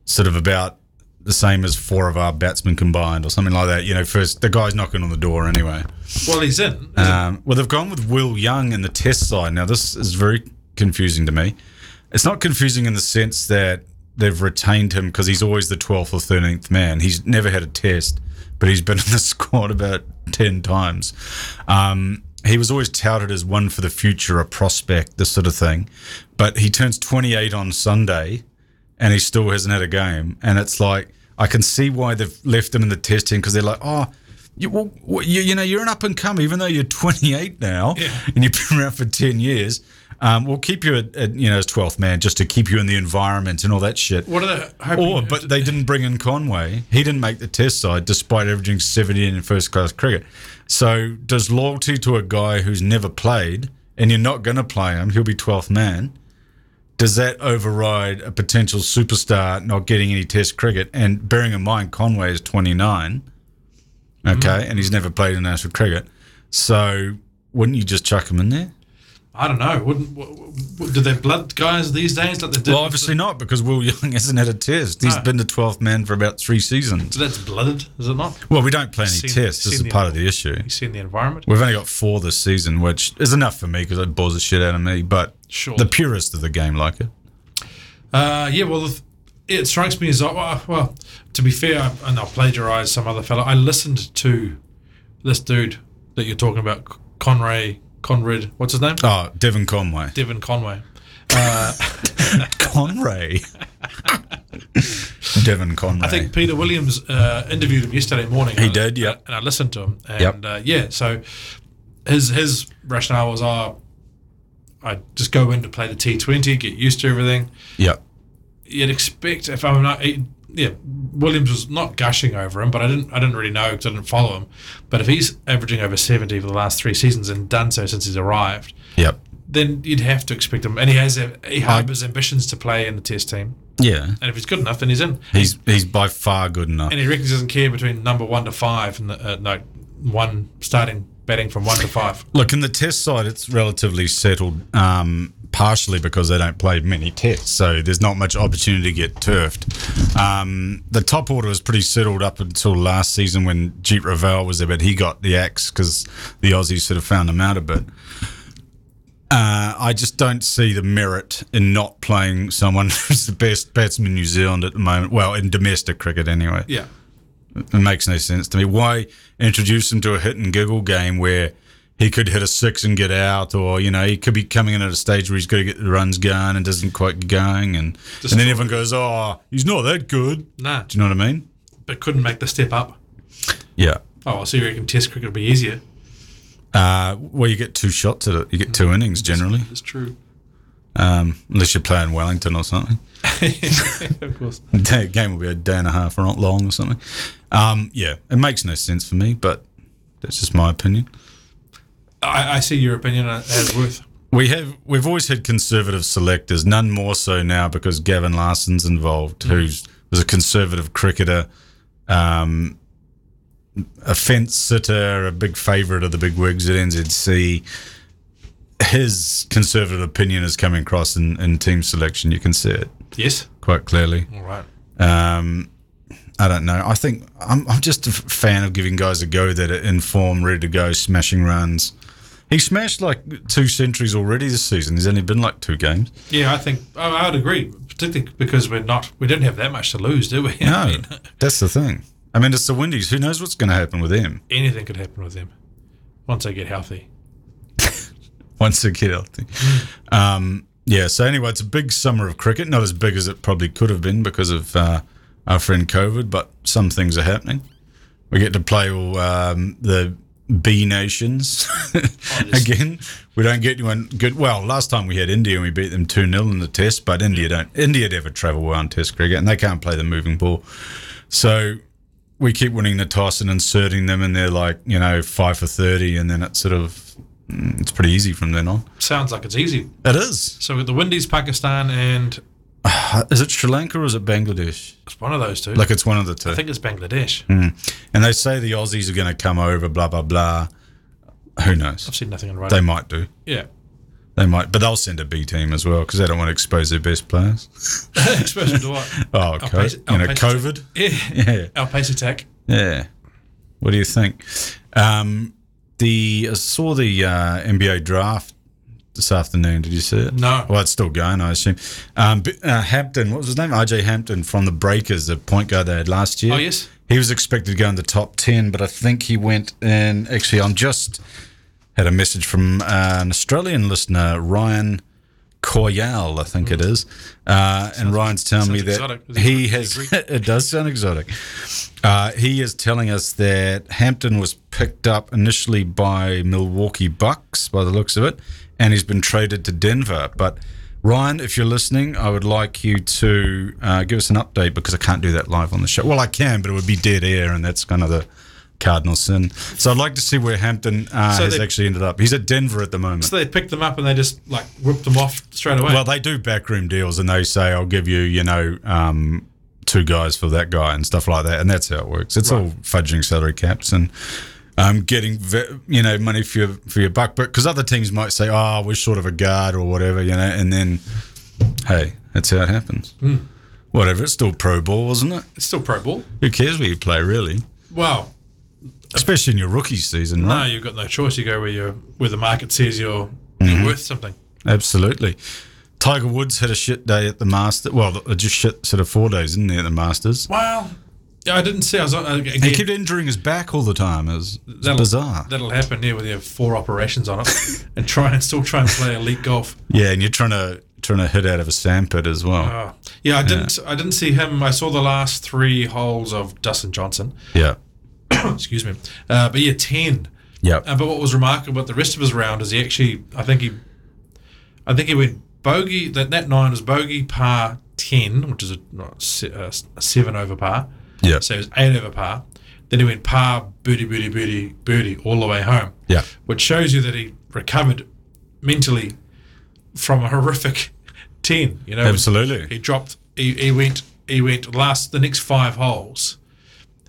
S1: sort of about the same as four of our batsmen combined, or something like that. You know, first the guy's knocking on the door anyway.
S2: Well, he's in.
S1: Um, well, they've gone with Will Young in the test side. Now, this is very confusing to me. It's not confusing in the sense that they've retained him because he's always the 12th or 13th man. He's never had a test, but he's been (laughs) in the squad about 10 times. Um, he was always touted as one for the future, a prospect, this sort of thing. But he turns 28 on Sunday and he still hasn't had a game. And it's like I can see why they've left him in the test team because they're like, oh, you, well, well, you, you know, you're an up and comer, even though you're (laughs) 28 now and you've been around for 10 years. Um, we'll keep you at, at you know as 12th man just to keep you in the environment and all that shit.
S2: what are they hoping?
S1: Or, but they didn't bring in Conway. He didn't make the test side despite averaging 70 in first class cricket. So, does loyalty to a guy who's never played and you're not going to play him, he'll be 12th man, does that override a potential superstar not getting any test cricket? And bearing in mind, Conway is 29, okay, and he's never played international cricket. So, wouldn't you just chuck him in there?
S2: I don't know. Wouldn't w- w- do they blood guys these days like they did?
S1: Well, obviously not, because Will Young (laughs) hasn't had a test. He's
S2: No.
S1: been the 12th man for about three seasons.
S2: so that's blooded, is it not?
S1: Well, we don't play any
S2: Seen-
S1: tests. This is
S2: seen the
S1: part of the issue.
S2: You see in the environment.
S1: We've only got four this season, which is enough for me because it bores the shit out of me. But
S2: Sure.
S1: the purist of the game like it.
S2: Uh, yeah, well, the th- it strikes me as uh, well. well to be fair, I- and I'll plagiarize some other fella. I listened to this dude that you're talking about, C- Conray Conrad. What's his name?
S1: Oh, Devin Conway.
S2: Devin Conway.
S1: (laughs)
S2: (laughs)
S1: Conray. Devin Conray.
S2: I think Peter Williams uh, interviewed him yesterday morning.
S1: He did, yeah.
S2: And I listened to him, and
S1: Yep.
S2: uh, yeah, so his his rationale was, oh, I just go in to play the T20, get used to everything.
S1: yeah.
S2: you'd expect if I'm not. he- Yeah, Williams was not gushing over him, but I didn't. I didn't really know because I didn't follow him. But if he's averaging over seventy for the last three seasons and done so since he's arrived,
S1: Yep.
S2: then you'd have to expect him. And he has he harbors ambitions to play in the Test team.
S1: Yeah.
S2: And if he's good enough, then he's in.
S1: He's he's by far good enough.
S2: and he reckons he doesn't care between number one to five, and the, uh, no, one starting batting from one to five.
S1: Look, in the test side, it's relatively settled, um, partially because they don't play many tests, so there's not much opportunity to get turfed. Um, the top order was pretty settled up until last season when Jeet Ravel was there, but he got the axe because the Aussies sort of found him out a bit. Uh, I just don't see the merit in not playing someone (laughs) who's the best batsman in New Zealand at the moment. Well, in domestic cricket, anyway.
S2: (laughs) Yeah,
S1: It makes no sense to me. Why introduce him to a hit and giggle game where he could hit a six and get out, or you know, he could be coming in at a stage where he's got to get the runs going and doesn't quite get going, and and then everyone goes, "Oh, he's not that good."
S2: nah,
S1: Do you know what I mean?
S2: but couldn't make the step up.
S1: Yeah.
S2: Oh, so you reckon Test cricket would be easier?
S1: Uh, well, you get two shots at it. You get two innings generally,
S2: It's true.
S1: um, unless you're playing Wellington or something.
S2: (laughs)
S1: (laughs)
S2: of course.
S1: The game will be a day and a half or not long or something. Um, yeah, it makes no sense for me, but that's just my opinion.
S2: I, I see your opinion as worth.
S1: We have we've always had conservative selectors, none more so now because Gavin Larson's involved, who was a conservative cricketer, um, a fence sitter, a big favourite of the big wigs at NZC. His conservative opinion is coming across in, in team selection. You can see it
S2: Yes.
S1: quite clearly.
S2: All right.
S1: Um, I don't know. I think I'm, I'm just a f- fan of giving guys a go that are in form, ready to go, smashing runs. He smashed like two centuries already this season. There's only been like two games.
S2: Yeah, I think I, I would agree, particularly because we're not we didn't have that much to lose, did we? I
S1: No,
S2: mean,
S1: that's the thing. I mean, it's the Windies. Who knows what's going to happen with them
S2: (laughs) anything could happen with them once they get healthy.
S1: once they get healthy? Um, yeah. So anyway, it's a big summer of cricket. Not as big as it probably could have been because of uh, our friend COVID, but some things are happening. We get to play all um, the B nations (laughs) again. We don't get anyone good. Well, last time we had India and we beat them 2 0 in the test, but India don't. India never travel well in test cricket and they can't play the moving ball. So we keep winning the toss and inserting them, and they're like, you know, 5 for 30, and then it's sort of. mm, It's pretty easy from then on.
S2: Sounds like it's easy.
S1: It is.
S2: So with the Windies, Pakistan, and
S1: Uh, Is it Sri Lanka or is it Bangladesh?
S2: it's one of those two.
S1: Like Hmm. it's one of the two.
S2: I think it's Bangladesh.
S1: and they say the Aussies are going to come over, blah, blah, blah. Who knows?
S2: I've seen nothing in
S1: They
S2: writing.
S1: might do.
S2: yeah.
S1: They might, but they'll send a B team as well because they don't want to expose their best players.
S2: (laughs) Expression to what?
S1: Oh, co-
S2: pace-
S1: you
S2: I'll
S1: know,
S2: pace it.
S1: COVID. (laughs)
S2: Yeah.
S1: Yeah,
S2: Our pace attack.
S1: yeah. What do you think? Um, the I saw the uh, NBA draft this afternoon. Did you see it?
S2: No.
S1: Well, it's still going, I assume. Um, but, uh, Hampton, what was his name? RJ Hampton from the Breakers, the point guard they had last year.
S2: Oh, yes.
S1: He was expected to go in the top ten, but I think he went in. Actually, I'm just had a message from uh, an Australian listener, Ryan. Coyal, I think it is. Uh, and Ryan's telling me
S2: Hmm. sounds
S1: that
S2: exotic. Does it
S1: he
S2: sound
S1: has, (laughs) it does sound exotic. Uh, he is telling us that Hampton was picked up initially by Milwaukee Bucks, by the looks of it, and he's been traded to Denver. But Ryan, if you're listening, I would like you to uh, give us an update because I can't do that live on the show. Well, I can, but it would be dead air, and that's kind of the cardinal sin. So I'd like to see where Hampton uh,
S2: So
S1: has
S2: they-
S1: actually ended up. He's at Denver at the moment.
S2: So they picked them up and they just like whipped them off straight away.
S1: Well, they do backroom deals, and they say, "I'll give you, you know, um, two guys for that guy and stuff like that." And that's how it works. It's all fudging salary caps and um, getting, ve- you know, money for your for your buck. But because other teams might say, "Oh, we're short of a guard or whatever," you know, and then, hey, that's how it happens. Whatever. It's still pro ball, isn't it?
S2: it's still pro ball.
S1: Who cares where you play, really?
S2: Well,
S1: Especially in your rookie season, right?
S2: no, you've got no choice. You go where you where the market says you're, you're worth something.
S1: Absolutely. Tiger Woods had a shit day at the Masters. Well, just shit sort of four days, didn't he, at the Masters?
S2: Well, yeah, I didn't see. I was on, again,
S1: He kept injuring his back all the time. It was, it's
S2: that'll-
S1: bizarre.
S2: That'll happen here when you have four operations on it, (laughs) and try and still try and play elite golf.
S1: yeah, and you're trying to trying to hit out of a sandpit as well.
S2: Oh, yeah, I didn't. I didn't see him. I saw the last three holes of Dustin Johnson.
S1: yeah,
S2: Excuse me. Uh, but yeah, ten.
S1: yeah.
S2: Uh, but what was remarkable about the rest of his round is he actually, I think he, I think he went bogey. That that nine was bogey par ten, which is a, not se- uh, s- a seven over par.
S1: Yeah.
S2: So it was eight over par. Then he went par birdie birdie birdie birdie all the way home.
S1: Yeah.
S2: Which shows you that he recovered mentally from a (laughs) horrific ten. You know, Um,
S1: Absolutely.
S2: he dropped he, he went he went last the next five holes,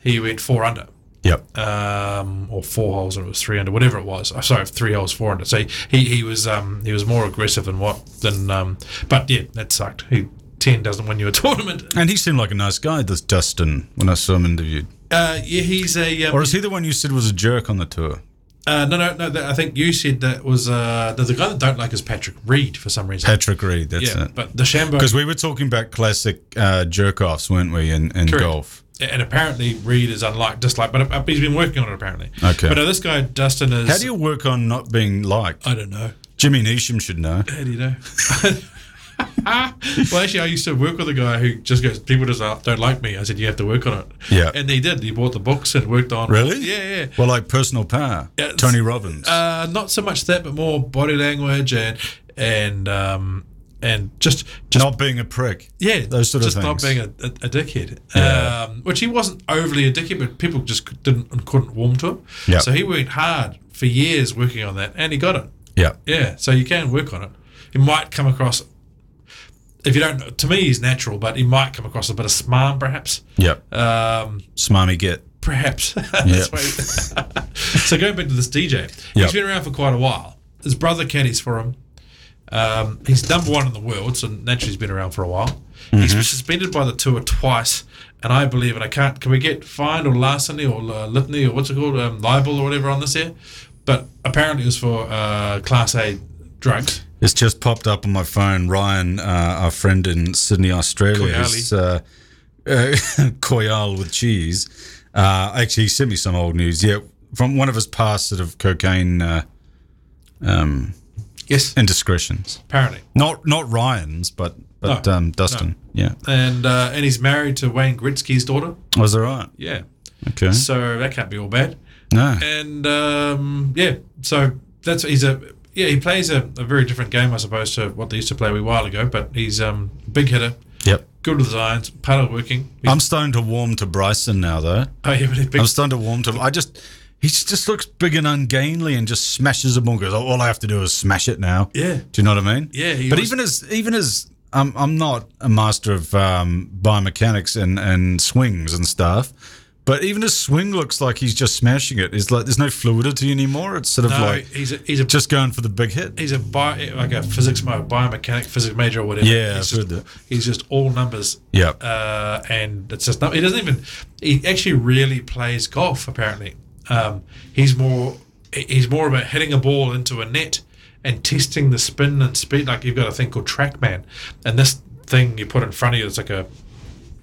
S2: he went four under.
S1: Yep.
S2: um, or four holes and it was three under, whatever it was. Oh, sorry, three holes, four under. So he, he was um, he was more aggressive than what than um, but yeah, that sucked. He ten doesn't win you a (laughs) tournament.
S1: And he seemed like a nice guy, this Dustin, when I saw him interviewed.
S2: Uh, yeah, he's a um,
S1: Or is he the one you said was a jerk on the tour?
S2: uh, no no no. That, I think you said that was uh, the, the guy that don't like is Patrick Reed for some reason.
S1: Patrick Reed, that's
S2: yeah,
S1: it.
S2: but the Shambo
S1: Because we were talking about classic uh, jerk offs, weren't we, in, in golf?
S2: and apparently Reed is unlike disliked, but uh, he's been working on it apparently.
S1: Okay.
S2: but no, this guy Dustin is.
S1: How do you work on not being liked?
S2: I don't know.
S1: Jimmy Neesham should know.
S2: How do you know? (laughs) well, actually, I used to work with a guy who just goes, "People just aren't- don't like me." I said, "You have to work on it."
S1: Yeah.
S2: and he did. He bought the books and worked on.
S1: Really?
S2: Yeah, yeah.
S1: Well, like personal power.
S2: Yeah, it's-
S1: Tony Robbins.
S2: Uh, not so much that, but more body language and and um, and just just
S1: not being a prick.
S2: yeah,
S1: those sort of
S2: just not
S1: things.
S2: being a, a, a dickhead. Um, which he wasn't overly a dickhead, but people just didn't and couldn't warm to him.
S1: Yeah.
S2: so he worked hard for years working on that, and he got it.
S1: Yeah.
S2: Yeah, so you can work on it. It might come across, if you don't, to me, he's natural, but he might come across a bit of smarm, perhaps.
S1: Yep.
S2: Um,
S1: Smarmy get.
S2: perhaps. (laughs) That's why- (laughs) so going back to this DJ,
S1: Yeah.
S2: he's been around for quite a while. His brother caddies for him. Um, he's number one in the world, so naturally he's been around for a while. He's been suspended by the tour twice, and I believe, and I can't, can we get fined or larceny or uh, litany or what's it called, um, libel or whatever on this here? But apparently it was for uh, Class A drugs.
S1: It's just popped up on my phone. Ryan, uh, our friend in Sydney, Australia, is uh, uh, (laughs) Koyal with cheese. Uh, actually, he sent me some old news. Yeah, from one of his past sort of cocaine uh, um,
S2: Yes.
S1: indiscretions.
S2: Apparently.
S1: Not not Ryan's, but but
S2: No,
S1: um, Dustin. Yeah,
S2: And uh, and he's married to Wayne Gretzky's daughter.
S1: was that right?
S2: Yeah.
S1: Okay.
S2: So that can't be all bad.
S1: No.
S2: and um, yeah, so that's he's a yeah he plays a, a very different game I suppose to what they used to play a wee while ago. But he's um big hitter,
S1: Yep.
S2: good with his irons, paddle working. He's,
S1: I'm starting to warm to Bryson now, though.
S2: oh yeah, but he's (laughs) big.
S1: I'm starting to warm to him. I just he just looks big and ungainly and just smashes the ball. Goes, "Oh, all I have to do is smash it now.
S2: Yeah.
S1: Do you know what I mean?
S2: Yeah, he
S1: but
S2: was-
S1: even as even as I'm I'm not a master of um, biomechanics and and swings and stuff. But even his swing looks like he's just smashing it. It's like there's no fluidity anymore. It's sort of
S2: no,
S1: like
S2: he's a, he's a
S1: just going for the big hit.
S2: he's a bio, like a physics mo biomechanic physics major or whatever.
S1: Yeah,
S2: he's
S1: I've
S2: just,
S1: heard that.
S2: he's just all numbers.
S1: Yeah.
S2: uh, and it's just not, he doesn't even he actually really plays golf. Apparently, um, he's more he- he's more about hitting a ball into a net and testing the spin and speed. Like you've got a thing called TrackMan, and this thing you put in front of you, it's like a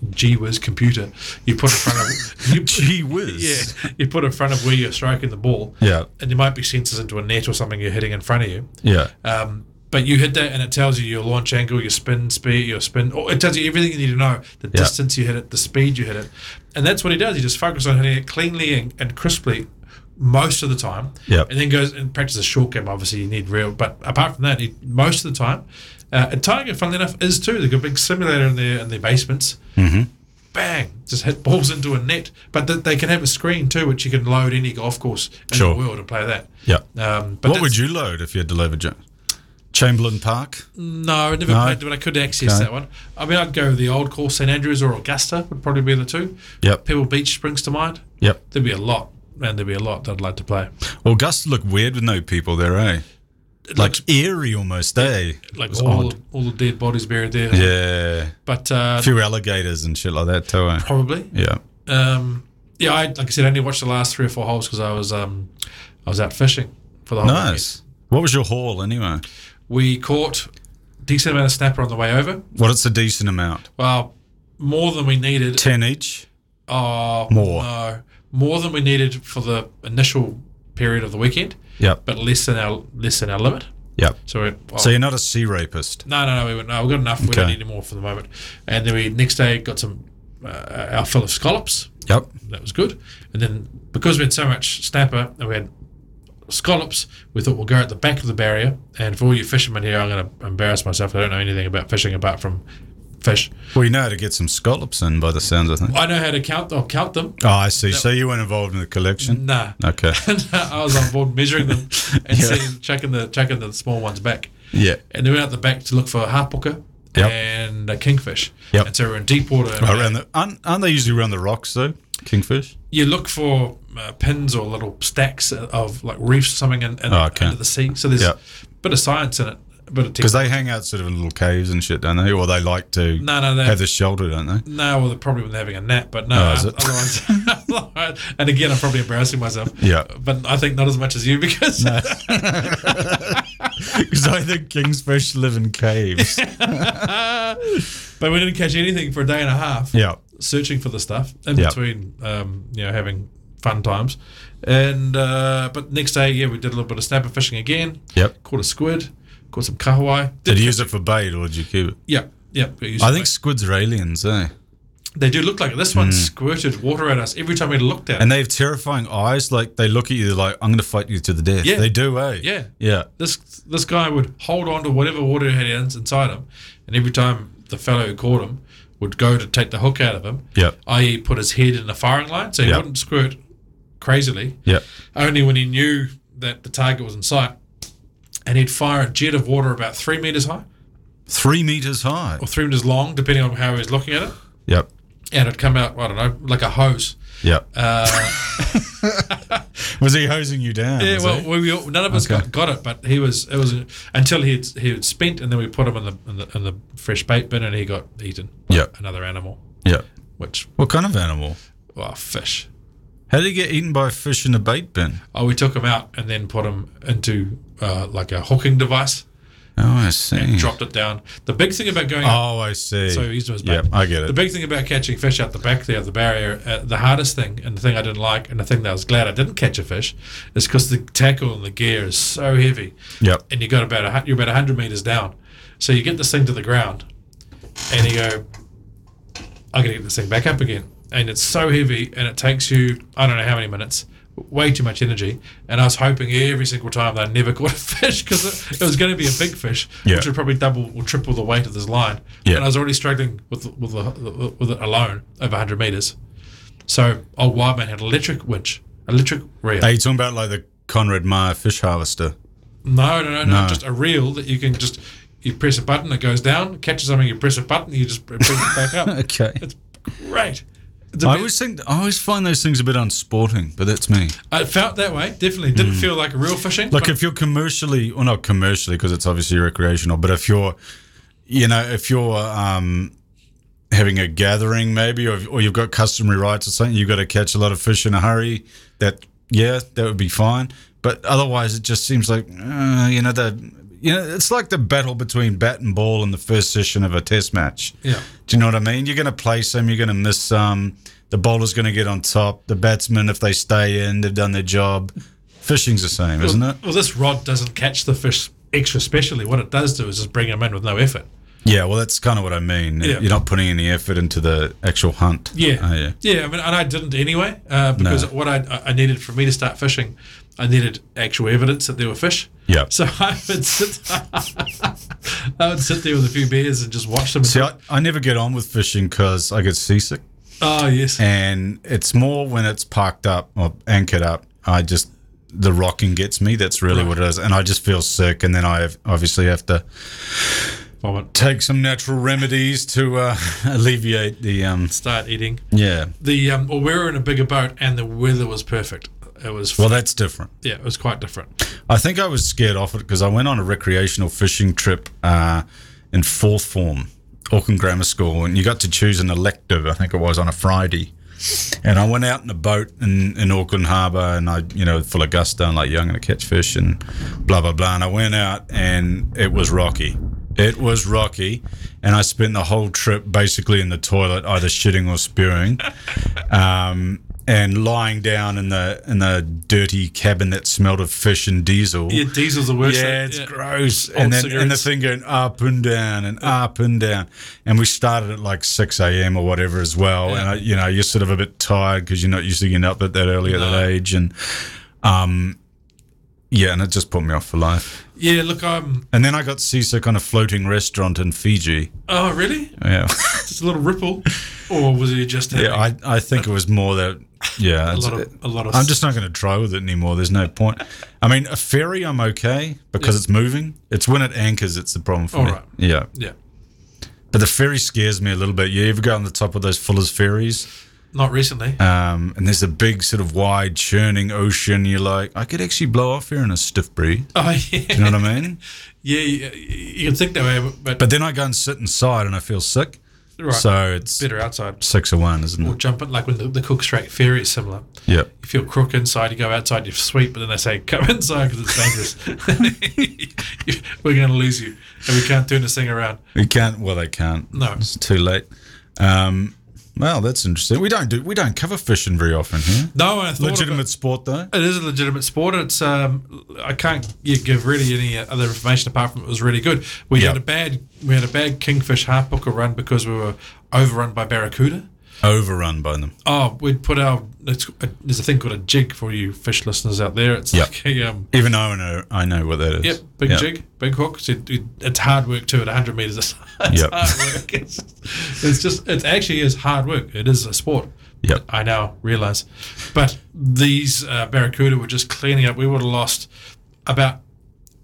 S2: gee whiz computer. You put in front
S1: (laughs)
S2: of you,
S1: Gee whiz.
S2: yeah, you put in front of where you're striking the ball.
S1: Yeah.
S2: and there might be sensors into a net or something you're hitting in front of you.
S1: Yeah.
S2: Um, but you hit that, and it tells you your launch angle, your spin speed, your spin. Or it tells you everything you need to know: the distance you hit it, the speed you hit it, and that's what he does. He just focuses on hitting it cleanly and, and crisply most of the time.
S1: Yep.
S2: And then goes and practices a short game. Obviously, you need real, but apart from that, he, most of the time, uh, and Tiger, funnily enough, is too. They've got a big simulator in their in their basements.
S1: Mm-hmm.
S2: Bang! Just hit balls into a net. But th- they can have a screen too, which you can load any golf course in
S1: Sure.
S2: the world and play that.
S1: Yeah.
S2: Um, but
S1: what
S2: that's-
S1: would you load if you had to load a jo- Chamberlain Park?
S2: No, I never played, but I could access
S1: Okay.
S2: that one. I mean, I'd go with the old course, St Andrews or Augusta would probably be the two.
S1: Yep.
S2: Pebble Beach springs to mind.
S1: Yep.
S2: There'd be a lot, man. There'd be a lot that I'd like to play.
S1: Augusta looked weird with no people there, eh?
S2: It
S1: Like
S2: looks
S1: eerie almost, eh?
S2: like
S1: It was
S2: all
S1: odd.
S2: the, all the dead bodies buried there.
S1: Yeah.
S2: But uh,
S1: A few alligators and shit like that too. eh?
S2: probably,
S1: Yeah.
S2: um, yeah. I like I said, I only watched the last three or four holes because I was um, I was out fishing for the whole weekend.
S1: Nice. What was your haul anyway?
S2: We caught decent amount of snapper on the way over.
S1: Well, it's a decent amount.
S2: Well, more than we needed.
S1: Ten each.
S2: Oh,
S1: More.
S2: No, more than we needed for the initial period of the weekend,
S1: Yep.
S2: but less than our less than our limit.
S1: Yep.
S2: So, we, well,
S1: So you're not a sea rapist.
S2: no, no, no, we went, no, we got enough. We don't
S1: Okay.
S2: need any more for the moment. And then we next day got some uh, our fill of scallops.
S1: Yep.
S2: That was good. And then because we had so much snapper and we had scallops, we thought we'll go at the back of the barrier. And for all you fishermen here, I'm going to embarrass myself. I don't know anything about fishing apart from fish.
S1: Well, you know how to get some scallops in by the sounds of things.
S2: I know how to count. I'll count them.
S1: Oh, I see. So you weren't involved in the collection?
S2: (laughs) Nah.
S1: Okay. (laughs)
S2: and I was on board measuring them and
S1: Yeah.
S2: seeing, checking the checking the small ones back.
S1: Yeah.
S2: And they went out the back to look for a harpooker,
S1: Yep.
S2: and a kingfish.
S1: Yep.
S2: And so we're in deep water. and
S1: Around the aren't, aren't they usually around the rocks though? Kingfish.
S2: you look for uh, pins or little stacks of like reefs or something in, in
S1: Oh, okay.
S2: under the sea. So there's
S1: Yeah.
S2: a bit of science in it, a bit of
S1: Because
S2: technology.
S1: they hang out sort of in little caves and shit, don't they? Or they like to
S2: No, no, they
S1: have the shelter, don't they?
S2: No, well, they're probably when they're having a nap, but no.
S1: Oh, is it?
S2: otherwise, (laughs) otherwise- and again, I'm probably embarrassing myself.
S1: Yeah.
S2: But I think not as much as you because
S1: Because I think kingfish live in (laughs) caves.
S2: (laughs) but we didn't catch anything for a day and a half.
S1: yeah.
S2: Searching for the stuff in
S1: Yeah.
S2: between, um, you know, having fun times, and uh, but next day, yeah, we did a little bit of snapper fishing again.
S1: Yep.
S2: Caught a squid, caught some kahawai.
S1: Did you use it for bait or did you keep it?
S2: Yeah, yeah. we used
S1: I
S2: to
S1: think squids are aliens, eh?
S2: They do look like it. This one squirted water at us every time we looked at it.
S1: And they have terrifying eyes. Like they look at you they're like, I'm going to fight you to the death.
S2: Yeah.
S1: They do, eh?
S2: Yeah.
S1: Yeah.
S2: This this guy would hold on to whatever water he had inside him, and every time the fellow who caught him would go to take the hook out of him,
S1: Yep.
S2: i.e., put his head in a firing line so he
S1: Yep.
S2: wouldn't squirt crazily,
S1: Yeah.
S2: only when he knew that the target was in sight. And he'd fire a jet of water about three meters high
S1: Three meters high.
S2: or three meters long, depending on how he was looking at it.
S1: Yep.
S2: And it'd come out, I don't know, like a hose.
S1: Yep.
S2: Uh,
S1: (laughs) was he hosing you down?
S2: Yeah,
S1: was
S2: well,
S1: he?
S2: we, we all, none of us
S1: Okay.
S2: got, got it, but he was it was until he had, he had spent, and then we put him in the, in the in the fresh bait bin, and he got eaten. by
S1: Yeah.
S2: another animal,
S1: yeah.
S2: which
S1: What kind of animal?
S2: well, fish.
S1: How did he get eaten by a fish in a bait bin?
S2: Oh, we took him out and then put him into uh, like a hooking device,
S1: Oh, I see.
S2: dropped it down. The big thing about going,
S1: Oh, I see.
S2: so he used his
S1: yeah,
S2: bait.
S1: I get it.
S2: The big thing about catching fish out the back there, of the barrier, uh, the hardest thing, and the thing I didn't like, and the thing that I was glad I didn't catch a fish, is because the tackle and the gear is so heavy.
S1: Yep.
S2: and you got about a, hun- you're about hundred meters down. So you get this thing to the ground, and you go, "I'm gonna get this thing back up again." And it's so heavy, and it takes you I don't know how many minutes, way too much energy. And I was hoping every single time that I never (laughs) caught a fish because it, it was going to be a big fish,
S1: Yeah.
S2: which would probably double or triple the weight of this line.
S1: Yeah.
S2: And I was already struggling with with the, with it alone over hundred meters. So old Wildman had an electric winch, electric reel.
S1: Are you talking about like the Conrad Meyer fish harvester?
S2: No, no, no, no,
S1: No.
S2: Just a reel that you can just you press a button, it goes down, catches something, you press a button, you just press it back up.
S1: (laughs) Okay.
S2: It's great. It's a
S1: I
S2: bit-
S1: always think I always find those things a bit unsporting, but that's me.
S2: I felt that way. Definitely
S1: Hmm.
S2: didn't feel like real fishing.
S1: Like
S2: but
S1: if you're commercially, well, not commercially, because it's obviously recreational. But if you're, you know, if you're um, having a gathering maybe, or, or you've got customary rights or something, you've got to catch a lot of fish in a hurry. That yeah, that would be fine. But otherwise, it just seems like uh, you know the. You know, it's like the battle between bat and ball in the first session of a test match.
S2: Yeah.
S1: Do you know what I mean? You're going to play some, you're going to miss some. The bowler's going to get on top. The batsmen, if they stay in, they've done their job. Fishing's the same, isn't it?
S2: well, this rod doesn't catch the fish extra specially. What it does do is just bring them in with no effort.
S1: Yeah, well, that's kind of what I mean.
S2: Yeah.
S1: You're not putting any effort into the actual hunt.
S2: Yeah,
S1: Oh, yeah.
S2: I mean, and I didn't anyway uh, because what I I- I needed for me to start fishing, I needed actual evidence that there were fish.
S1: Yeah.
S2: (laughs) So I would sit, (laughs) I would sit there with a few beers and just watch them.
S1: See, I, I never get on with fishing because I get seasick,
S2: oh yes.
S1: and it's more when it's parked up or anchored up. I just the rocking gets me. That's really what it is, and I just feel sick, and then I have, obviously have to
S2: Vomit.
S1: take some natural remedies to uh, (laughs) alleviate the um.
S2: start eating.
S1: Yeah,
S2: The um, well, we were in a bigger boat and the weather was perfect. It was
S1: well, that's different.
S2: yeah, it was quite different.
S1: I think I was scared off it because I went on a recreational fishing trip uh, in fourth form, Auckland Grammar School, and you got to choose an elective. I think it was on a Friday, and I went out in a boat in, in Auckland Harbour, and I, you know, full of gusto and like, yeah, I'm going to catch fish and blah blah blah. And I went out, and it was rocky. It was rocky, and I spent the whole trip basically in the toilet, either shitting or spewing um, and lying down in the in the dirty cabin that smelled of fish and diesel.
S2: Yeah, diesel's the worst.
S1: Yeah,
S2: thing.
S1: it's gross. And then and the
S2: Oh, cigarettes.
S1: thing going up and down and up and down. And we started at like six a.m. or whatever as well. And I, you know, you're sort of a bit tired because you're not used to getting up at that early at that
S2: No.
S1: age. And um, yeah, and it just put me off for life.
S2: Yeah, look, um, I'm.
S1: And then I got seasick on a floating restaurant in Fiji.
S2: Oh, really? (laughs)
S1: Yeah,
S2: Just a little ripple, or was it just having
S1: yeah. I, I think it was more that. Yeah,
S2: a
S1: it's-
S2: lot of a lot of?
S1: I'm just not going to try with it anymore. There's no point. I mean, a ferry, I'm okay because it's moving. It's when it anchors, it's the problem for
S2: All
S1: me.
S2: right.
S1: Yeah.
S2: yeah.
S1: But the ferry scares me a little bit. You ever go on the top of those Fuller's ferries?
S2: Not
S1: (laughs)
S2: recently.
S1: Um, and there's a big sort of wide churning ocean. You're like, I could actually blow off here in a stiff breeze.
S2: oh yeah,
S1: You know what I
S2: (laughs)
S1: mean?
S2: yeah. You, you can think that way, but,
S1: But then I go and sit inside and I feel sick.
S2: right,
S1: So it's
S2: better outside.
S1: six of one, isn't
S2: Or
S1: it?
S2: jump it like when the, the Cook Strait ferry is similar.
S1: Yeah.
S2: You feel crook inside, you go outside, you're sweet, but then they say come inside because it's dangerous. (laughs) We're going to lose you, and we can't turn this thing around.
S1: You can't. Well, they can't.
S2: No.
S1: it's too late. Um, well, that's interesting. We don't do. We don't cover fishing very often here.
S2: No, I thought of it.
S1: Legitimate sport though.
S2: It is a legitimate sport. It's um, I can't yeah, give really any other information apart from it was really good. We
S1: Yeah.
S2: had a bad we had a bad kingfish harpooker run because we were overrun by barracuda.
S1: Overrun by them.
S2: Oh, we'd put our it's, uh, there's a thing called a jig for you fish listeners out there. It's
S1: Yeah.
S2: like a um,
S1: Even I know. I know what that is.
S2: yep, big
S1: Yeah.
S2: jig, big hook. So it- it- it's hard work too at 100 meters. (laughs) It's, it's
S1: Yep.
S2: hard work. (laughs) It's, it's just it actually is hard work. It is a sport.
S1: Yep.
S2: I now realize. But these uh, Barracuda were just cleaning up. We would have lost about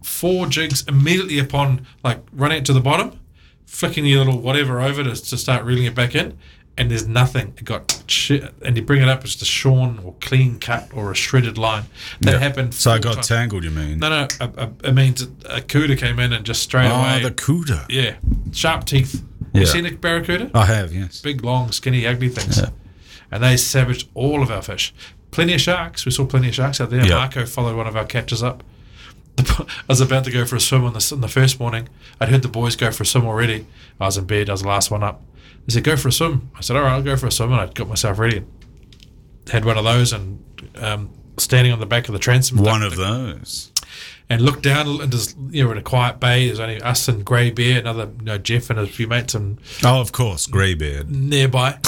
S2: four jigs immediately upon like running it to the bottom, flicking your little whatever over to, to start reeling it back in, and there's nothing. It got shit, and you bring it up, it's just a shorn or clean cut or a shredded line. That
S1: Yeah.
S2: happened.
S1: So I
S2: four
S1: got
S2: times.
S1: tangled. You mean?
S2: No, no, a, a, it means a cuda came in and just straight
S1: oh,
S2: away.
S1: the cooter.
S2: yeah, sharp teeth.
S1: Yeah.
S2: You
S1: Oh.
S2: seen a barracuda?
S1: I have. Yes.
S2: big, long, skinny, ugly things. And they savaged all of our fish. Plenty of sharks. We saw plenty of sharks out there.
S1: Yeah.
S2: Marco followed one of our catches up. I was about to go for a swim on the, on the first morning. I'd heard the boys go for a swim already. I was in bed. I was the last one up. They said, go for a swim. I said, all right, I'll go for a swim. And I got myself ready. Had one of those and um, standing on the back of the transom.
S1: One of those.
S2: And looked down and just, you know, in a quiet bay. There's only us and Grey Bear, another, you know, Jeff and a few mates and
S1: Oh, of course, greybeard. (laughs)
S2: nearby,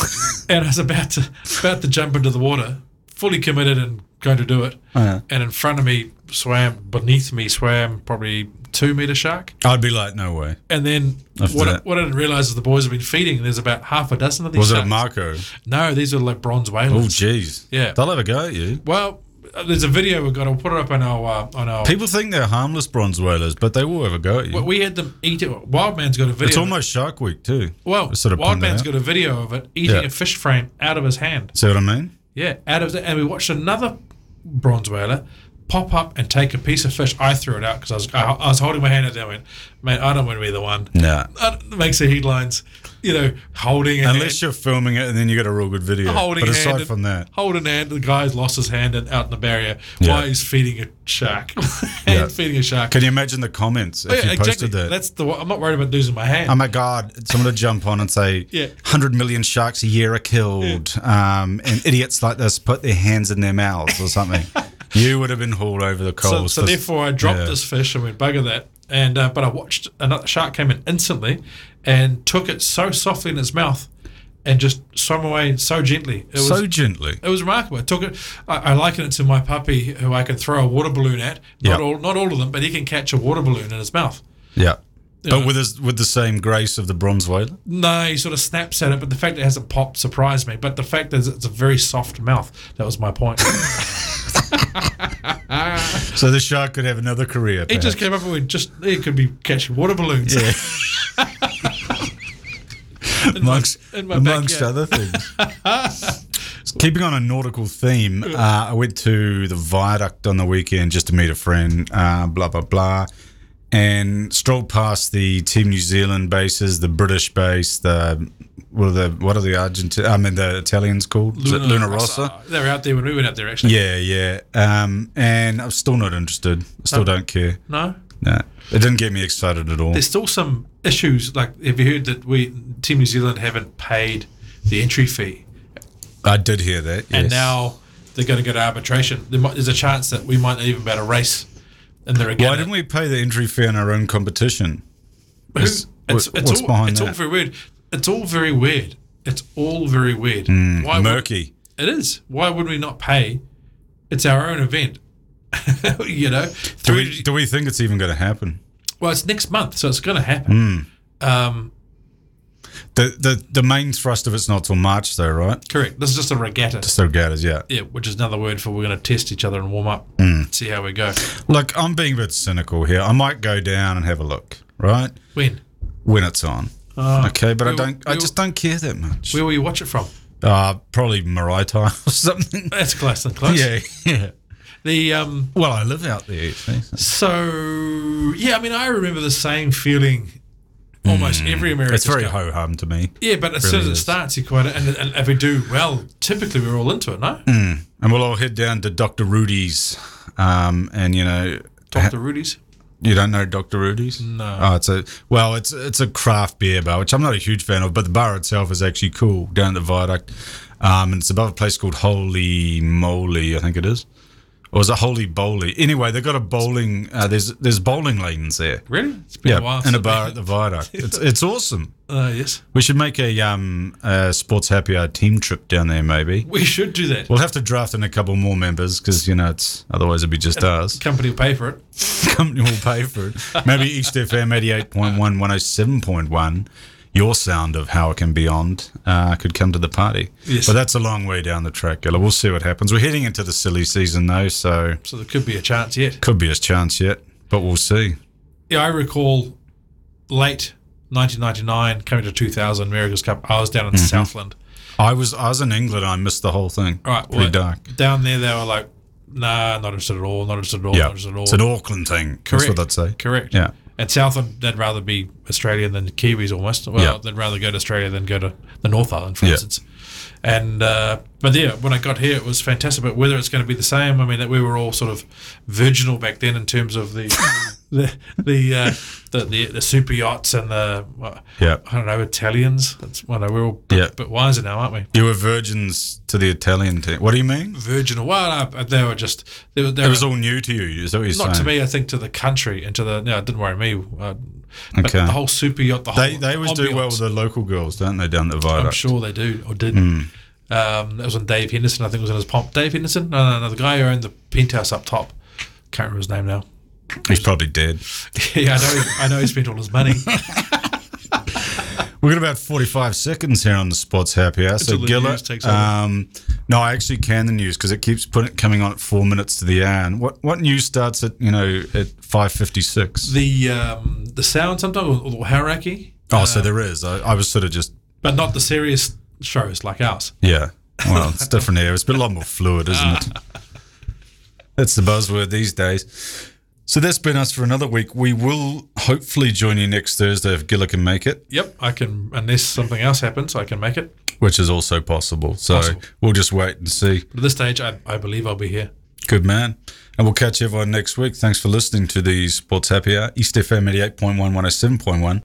S2: and I was about to about to jump into the water, fully committed and going to do it.
S1: Uh-huh.
S2: And in front of me swam, beneath me swam probably two meter shark.
S1: I'd be like, no way.
S2: And then
S1: After
S2: what I,
S1: that.
S2: what I didn't realize is the boys have been feeding. There's about half a dozen of these.
S1: Was it a
S2: sharks.
S1: Marco?
S2: No, these are like bronze
S1: Oh,
S2: whalers.
S1: jeez.
S2: Yeah.
S1: They'll have a go at you.
S2: well, uh, there's a video we've got. I'll put it up on our uh, on our.
S1: People think they're harmless bronze whalers, but they will have a go at you.
S2: Well, we had them eat it. Wild man's got a video.
S1: it's almost Shark Week too.
S2: well,
S1: sort of
S2: Wild
S1: pointed
S2: man's
S1: out.
S2: got a video of it eating
S1: Yeah.
S2: a fish frame out of his hand.
S1: See what I mean?
S2: Yeah, out of the, and we watched another bronze whaler pop up and take a piece of fish. I threw it out because I was I, I was holding my hand out there. I went, mate, I don't want to be the one.
S1: Nah.
S2: I don't- It makes the headlines, you know, holding a
S1: Unless
S2: hand,
S1: you're filming it and then you got a real good video.
S2: holding
S1: but
S2: a
S1: aside
S2: hand,
S1: from that,
S2: holding hand. The guy's lost his hand and out in the barrier
S1: Yeah.
S2: while he's feeding a shark (laughs) and
S1: Yeah.
S2: feeding a shark.
S1: can you imagine the comments if
S2: Oh, yeah,
S1: you posted
S2: exactly.
S1: that?
S2: That's the. one- I'm not worried about losing my hand.
S1: oh my God! Someone to jump on and say,
S2: Yeah.
S1: "100 million sharks a year are killed, um, and idiots like this put their hands in their mouths or
S2: (laughs)
S1: something." you would have been hauled over the
S2: so,
S1: coals.
S2: so therefore, I dropped
S1: yeah.
S2: this fish and went bugger that. And uh, but I watched another shark came in instantly, and took it so softly in its mouth, and just swam away so gently. It was
S1: so gently.
S2: it was remarkable. I took it. I, I liken it to my puppy who I can throw a water balloon at.
S1: Yeah.
S2: Not all, not all of them, but he can catch a water balloon in his mouth.
S1: Yeah.
S2: Yeah.
S1: But with his, with the same grace of the bronze whaler.
S2: No, he sort of snaps at it, but the fact it hasn't popped surprised me. But the fact is, it's a very soft mouth. That was
S1: (laughs)
S2: my point.
S1: So the shark could have another career.
S2: He just came up and went, just it could be catching water balloons. (laughs)
S1: Yeah. (laughs) amongst
S2: in my
S1: amongst
S2: backyard.
S1: other things. Keeping on a nautical theme, uh, I went to the viaduct on the weekend just to meet a friend. Uh, blah blah blah, and strolled past the Team New Zealand bases, the British base, the what are the what are the Argentine? I mean the Italians called Is it Luna Rossa.
S2: They were out there when we went out there, actually.
S1: Yeah, yeah. Um, and I'm still not interested. I Still don't care.
S2: No?
S1: No, it didn't get me excited at all.
S2: There's still some issues. Like, have you heard that we, Team New Zealand, haven't paid the entry fee?
S1: I did hear that.
S2: And
S1: yes.
S2: now they're going to go to arbitration. There might, there's a chance that we might not even be able to race in there again.
S1: Why didn't we pay the entry fee in our own competition?
S2: Who- it's, it's,
S1: what- what's
S2: all,
S1: behind
S2: it's all
S1: that?
S2: very weird. It's all very weird. It's all very weird. Why would-
S1: Hmm, Mm. Murky.
S2: it is. Why would we not pay? It's our own event. (laughs) you know,
S1: Do
S2: three,
S1: we, do we think it's even going to happen?
S2: Well, it's next month, so it's going to
S1: Hmm.
S2: happen. Um,
S1: The, the the main thrust of it's not till March though, right?
S2: correct. This is just a regatta.
S1: So Gators, yeah.
S2: Yeah, which is another word for we're going to test each other and warm up,
S1: Mm.
S2: see how we go.
S1: Look, I'm being a bit cynical here. I might go down and have a look, right?
S2: When?
S1: When it's on. okay, but I
S2: Ah. we-
S1: don't. I
S2: we-
S1: just don't care that much.
S2: Where will you watch it from?
S1: Uh, probably Marai Thai (laughs) or something.
S2: That's close and close.
S1: yeah, yeah.
S2: The um,
S1: Well, I live out there. actually.
S2: so yeah, I mean, I remember the same feeling almost every American.
S1: Mm. It's very ho hum to me.
S2: Yeah, but as soon as
S1: really
S2: it
S1: is.
S2: starts, you quite and, and if we do well, typically we're all into it, no?
S1: Mm. And we'll all head down to Dr. Rudy's. Um, and you know,
S2: Doctor Rudy's.
S1: you don't know Dr. Rudy's? No. Oh, it's a well, it's it's a craft beer bar, which I'm not a huge fan of, but the bar itself is actually cool down at the viaduct. Um, and it's above a place called Holy Moly, I think it is. Or is it Holy Bowley? Anyway, they've got a bowling. Uh, there's there's bowling lanes there.
S2: Really? It's been
S1: Yeah,
S2: a while.
S1: in
S2: since
S1: a bar
S2: I've
S1: at the
S2: (laughs) been-
S1: viaduct. It's it's awesome.
S2: Uh, yes,
S1: We should make a um a sports happy hour team trip down there maybe.
S2: we should do that.
S1: We'll have to draft in a couple more members because you know it's otherwise it'd be just
S2: (laughs)
S1: ours.
S2: Company will pay for it.
S1: Company will pay for it. Maybe East FM eighty eight point one, one oh seven point one. Your sound of how it can beyond uh, could come to the party.
S2: Yes.
S1: But that's a long way down the track, Gilla. We'll see what happens. We're heading into the silly season though, so
S2: So there could be a chance yet.
S1: could be a chance yet, but we'll see.
S2: yeah, I recall late 1999 coming to 2000 America's Cup. I was down
S1: Mm-hmm.
S2: in Southland.
S1: I was I was in England. I missed the whole thing.
S2: All right,
S1: pretty
S2: well,
S1: dark.
S2: Down there, they were like, "Nah, not interested at all. Not interested at all.
S1: Yeah,
S2: Not interested at all."
S1: it's an Auckland thing. That's what I'd say.
S2: Correct.
S1: Yeah.
S2: At Southland, they'd rather be Australian than Kiwis almost. Well,
S1: Yeah.
S2: they'd rather go to Australia than go to the North Island, for
S1: Yeah.
S2: instance. And uh, but yeah, when I got here, it was fantastic. But whether it's going to be the same, I mean, that we were all sort of virginal back then in terms of
S1: (laughs)
S2: the the the, uh, the the the super yachts and the uh,
S1: Yeah.
S2: I don't know Italians. That's well, no, we're all bit,
S1: Yeah.
S2: bit wiser now, aren't we?
S1: You were virgins to the Italian team. What do you mean?
S2: Virginal. Well, no, they were just they were, they
S1: It
S2: were
S1: was all new to you. Is that what you're
S2: not to
S1: saying?
S2: me. I think to the country and to the no, it didn't worry me. Uh, but
S1: Okay.
S2: the whole super yacht, the whole
S1: They, they always do well
S2: ambiance.
S1: with the local girls, don't they, down at the viaduct?
S2: I'm sure they do or did.
S1: Hmm.
S2: Um, that was when Dave Henderson, I think, was in his pomp. Dave Henderson, no, no, no, the guy who owned the penthouse up top. Can't remember his name now. (laughs)
S1: He's probably dead.
S2: yeah, I know. I know he spent all his
S1: (laughs)
S2: money.
S1: We've got about 45 seconds here on the Sports Happy Hour. So,
S2: Until the news
S1: Gillett,
S2: takes over.
S1: um, no, I actually can the news because it keeps putting coming on at four minutes to the hour. And what, what news starts at, you know, at 5.56?
S2: The um, the sound sometimes or the hierarchy,
S1: Oh, so there is. I, I was sort of just,
S2: but not the serious shows like ours.
S1: yeah. Well,
S2: (laughs)
S1: it's different here. It's been a lot more fluid, isn't it? That's the buzzword these days. So that's been us for another week. We will hopefully join you next Thursday if Gilla can make it.
S2: Yep, I can. Unless something else happens, I can make it.
S1: which is also possible. So
S2: Possible.
S1: we'll just wait and see.
S2: But at this stage, I, I believe I'll be here.
S1: Good man. And oh we'll catch everyone next week. Thanks for listening to the Sports Happy Hour, East FM 88.1, 107.1.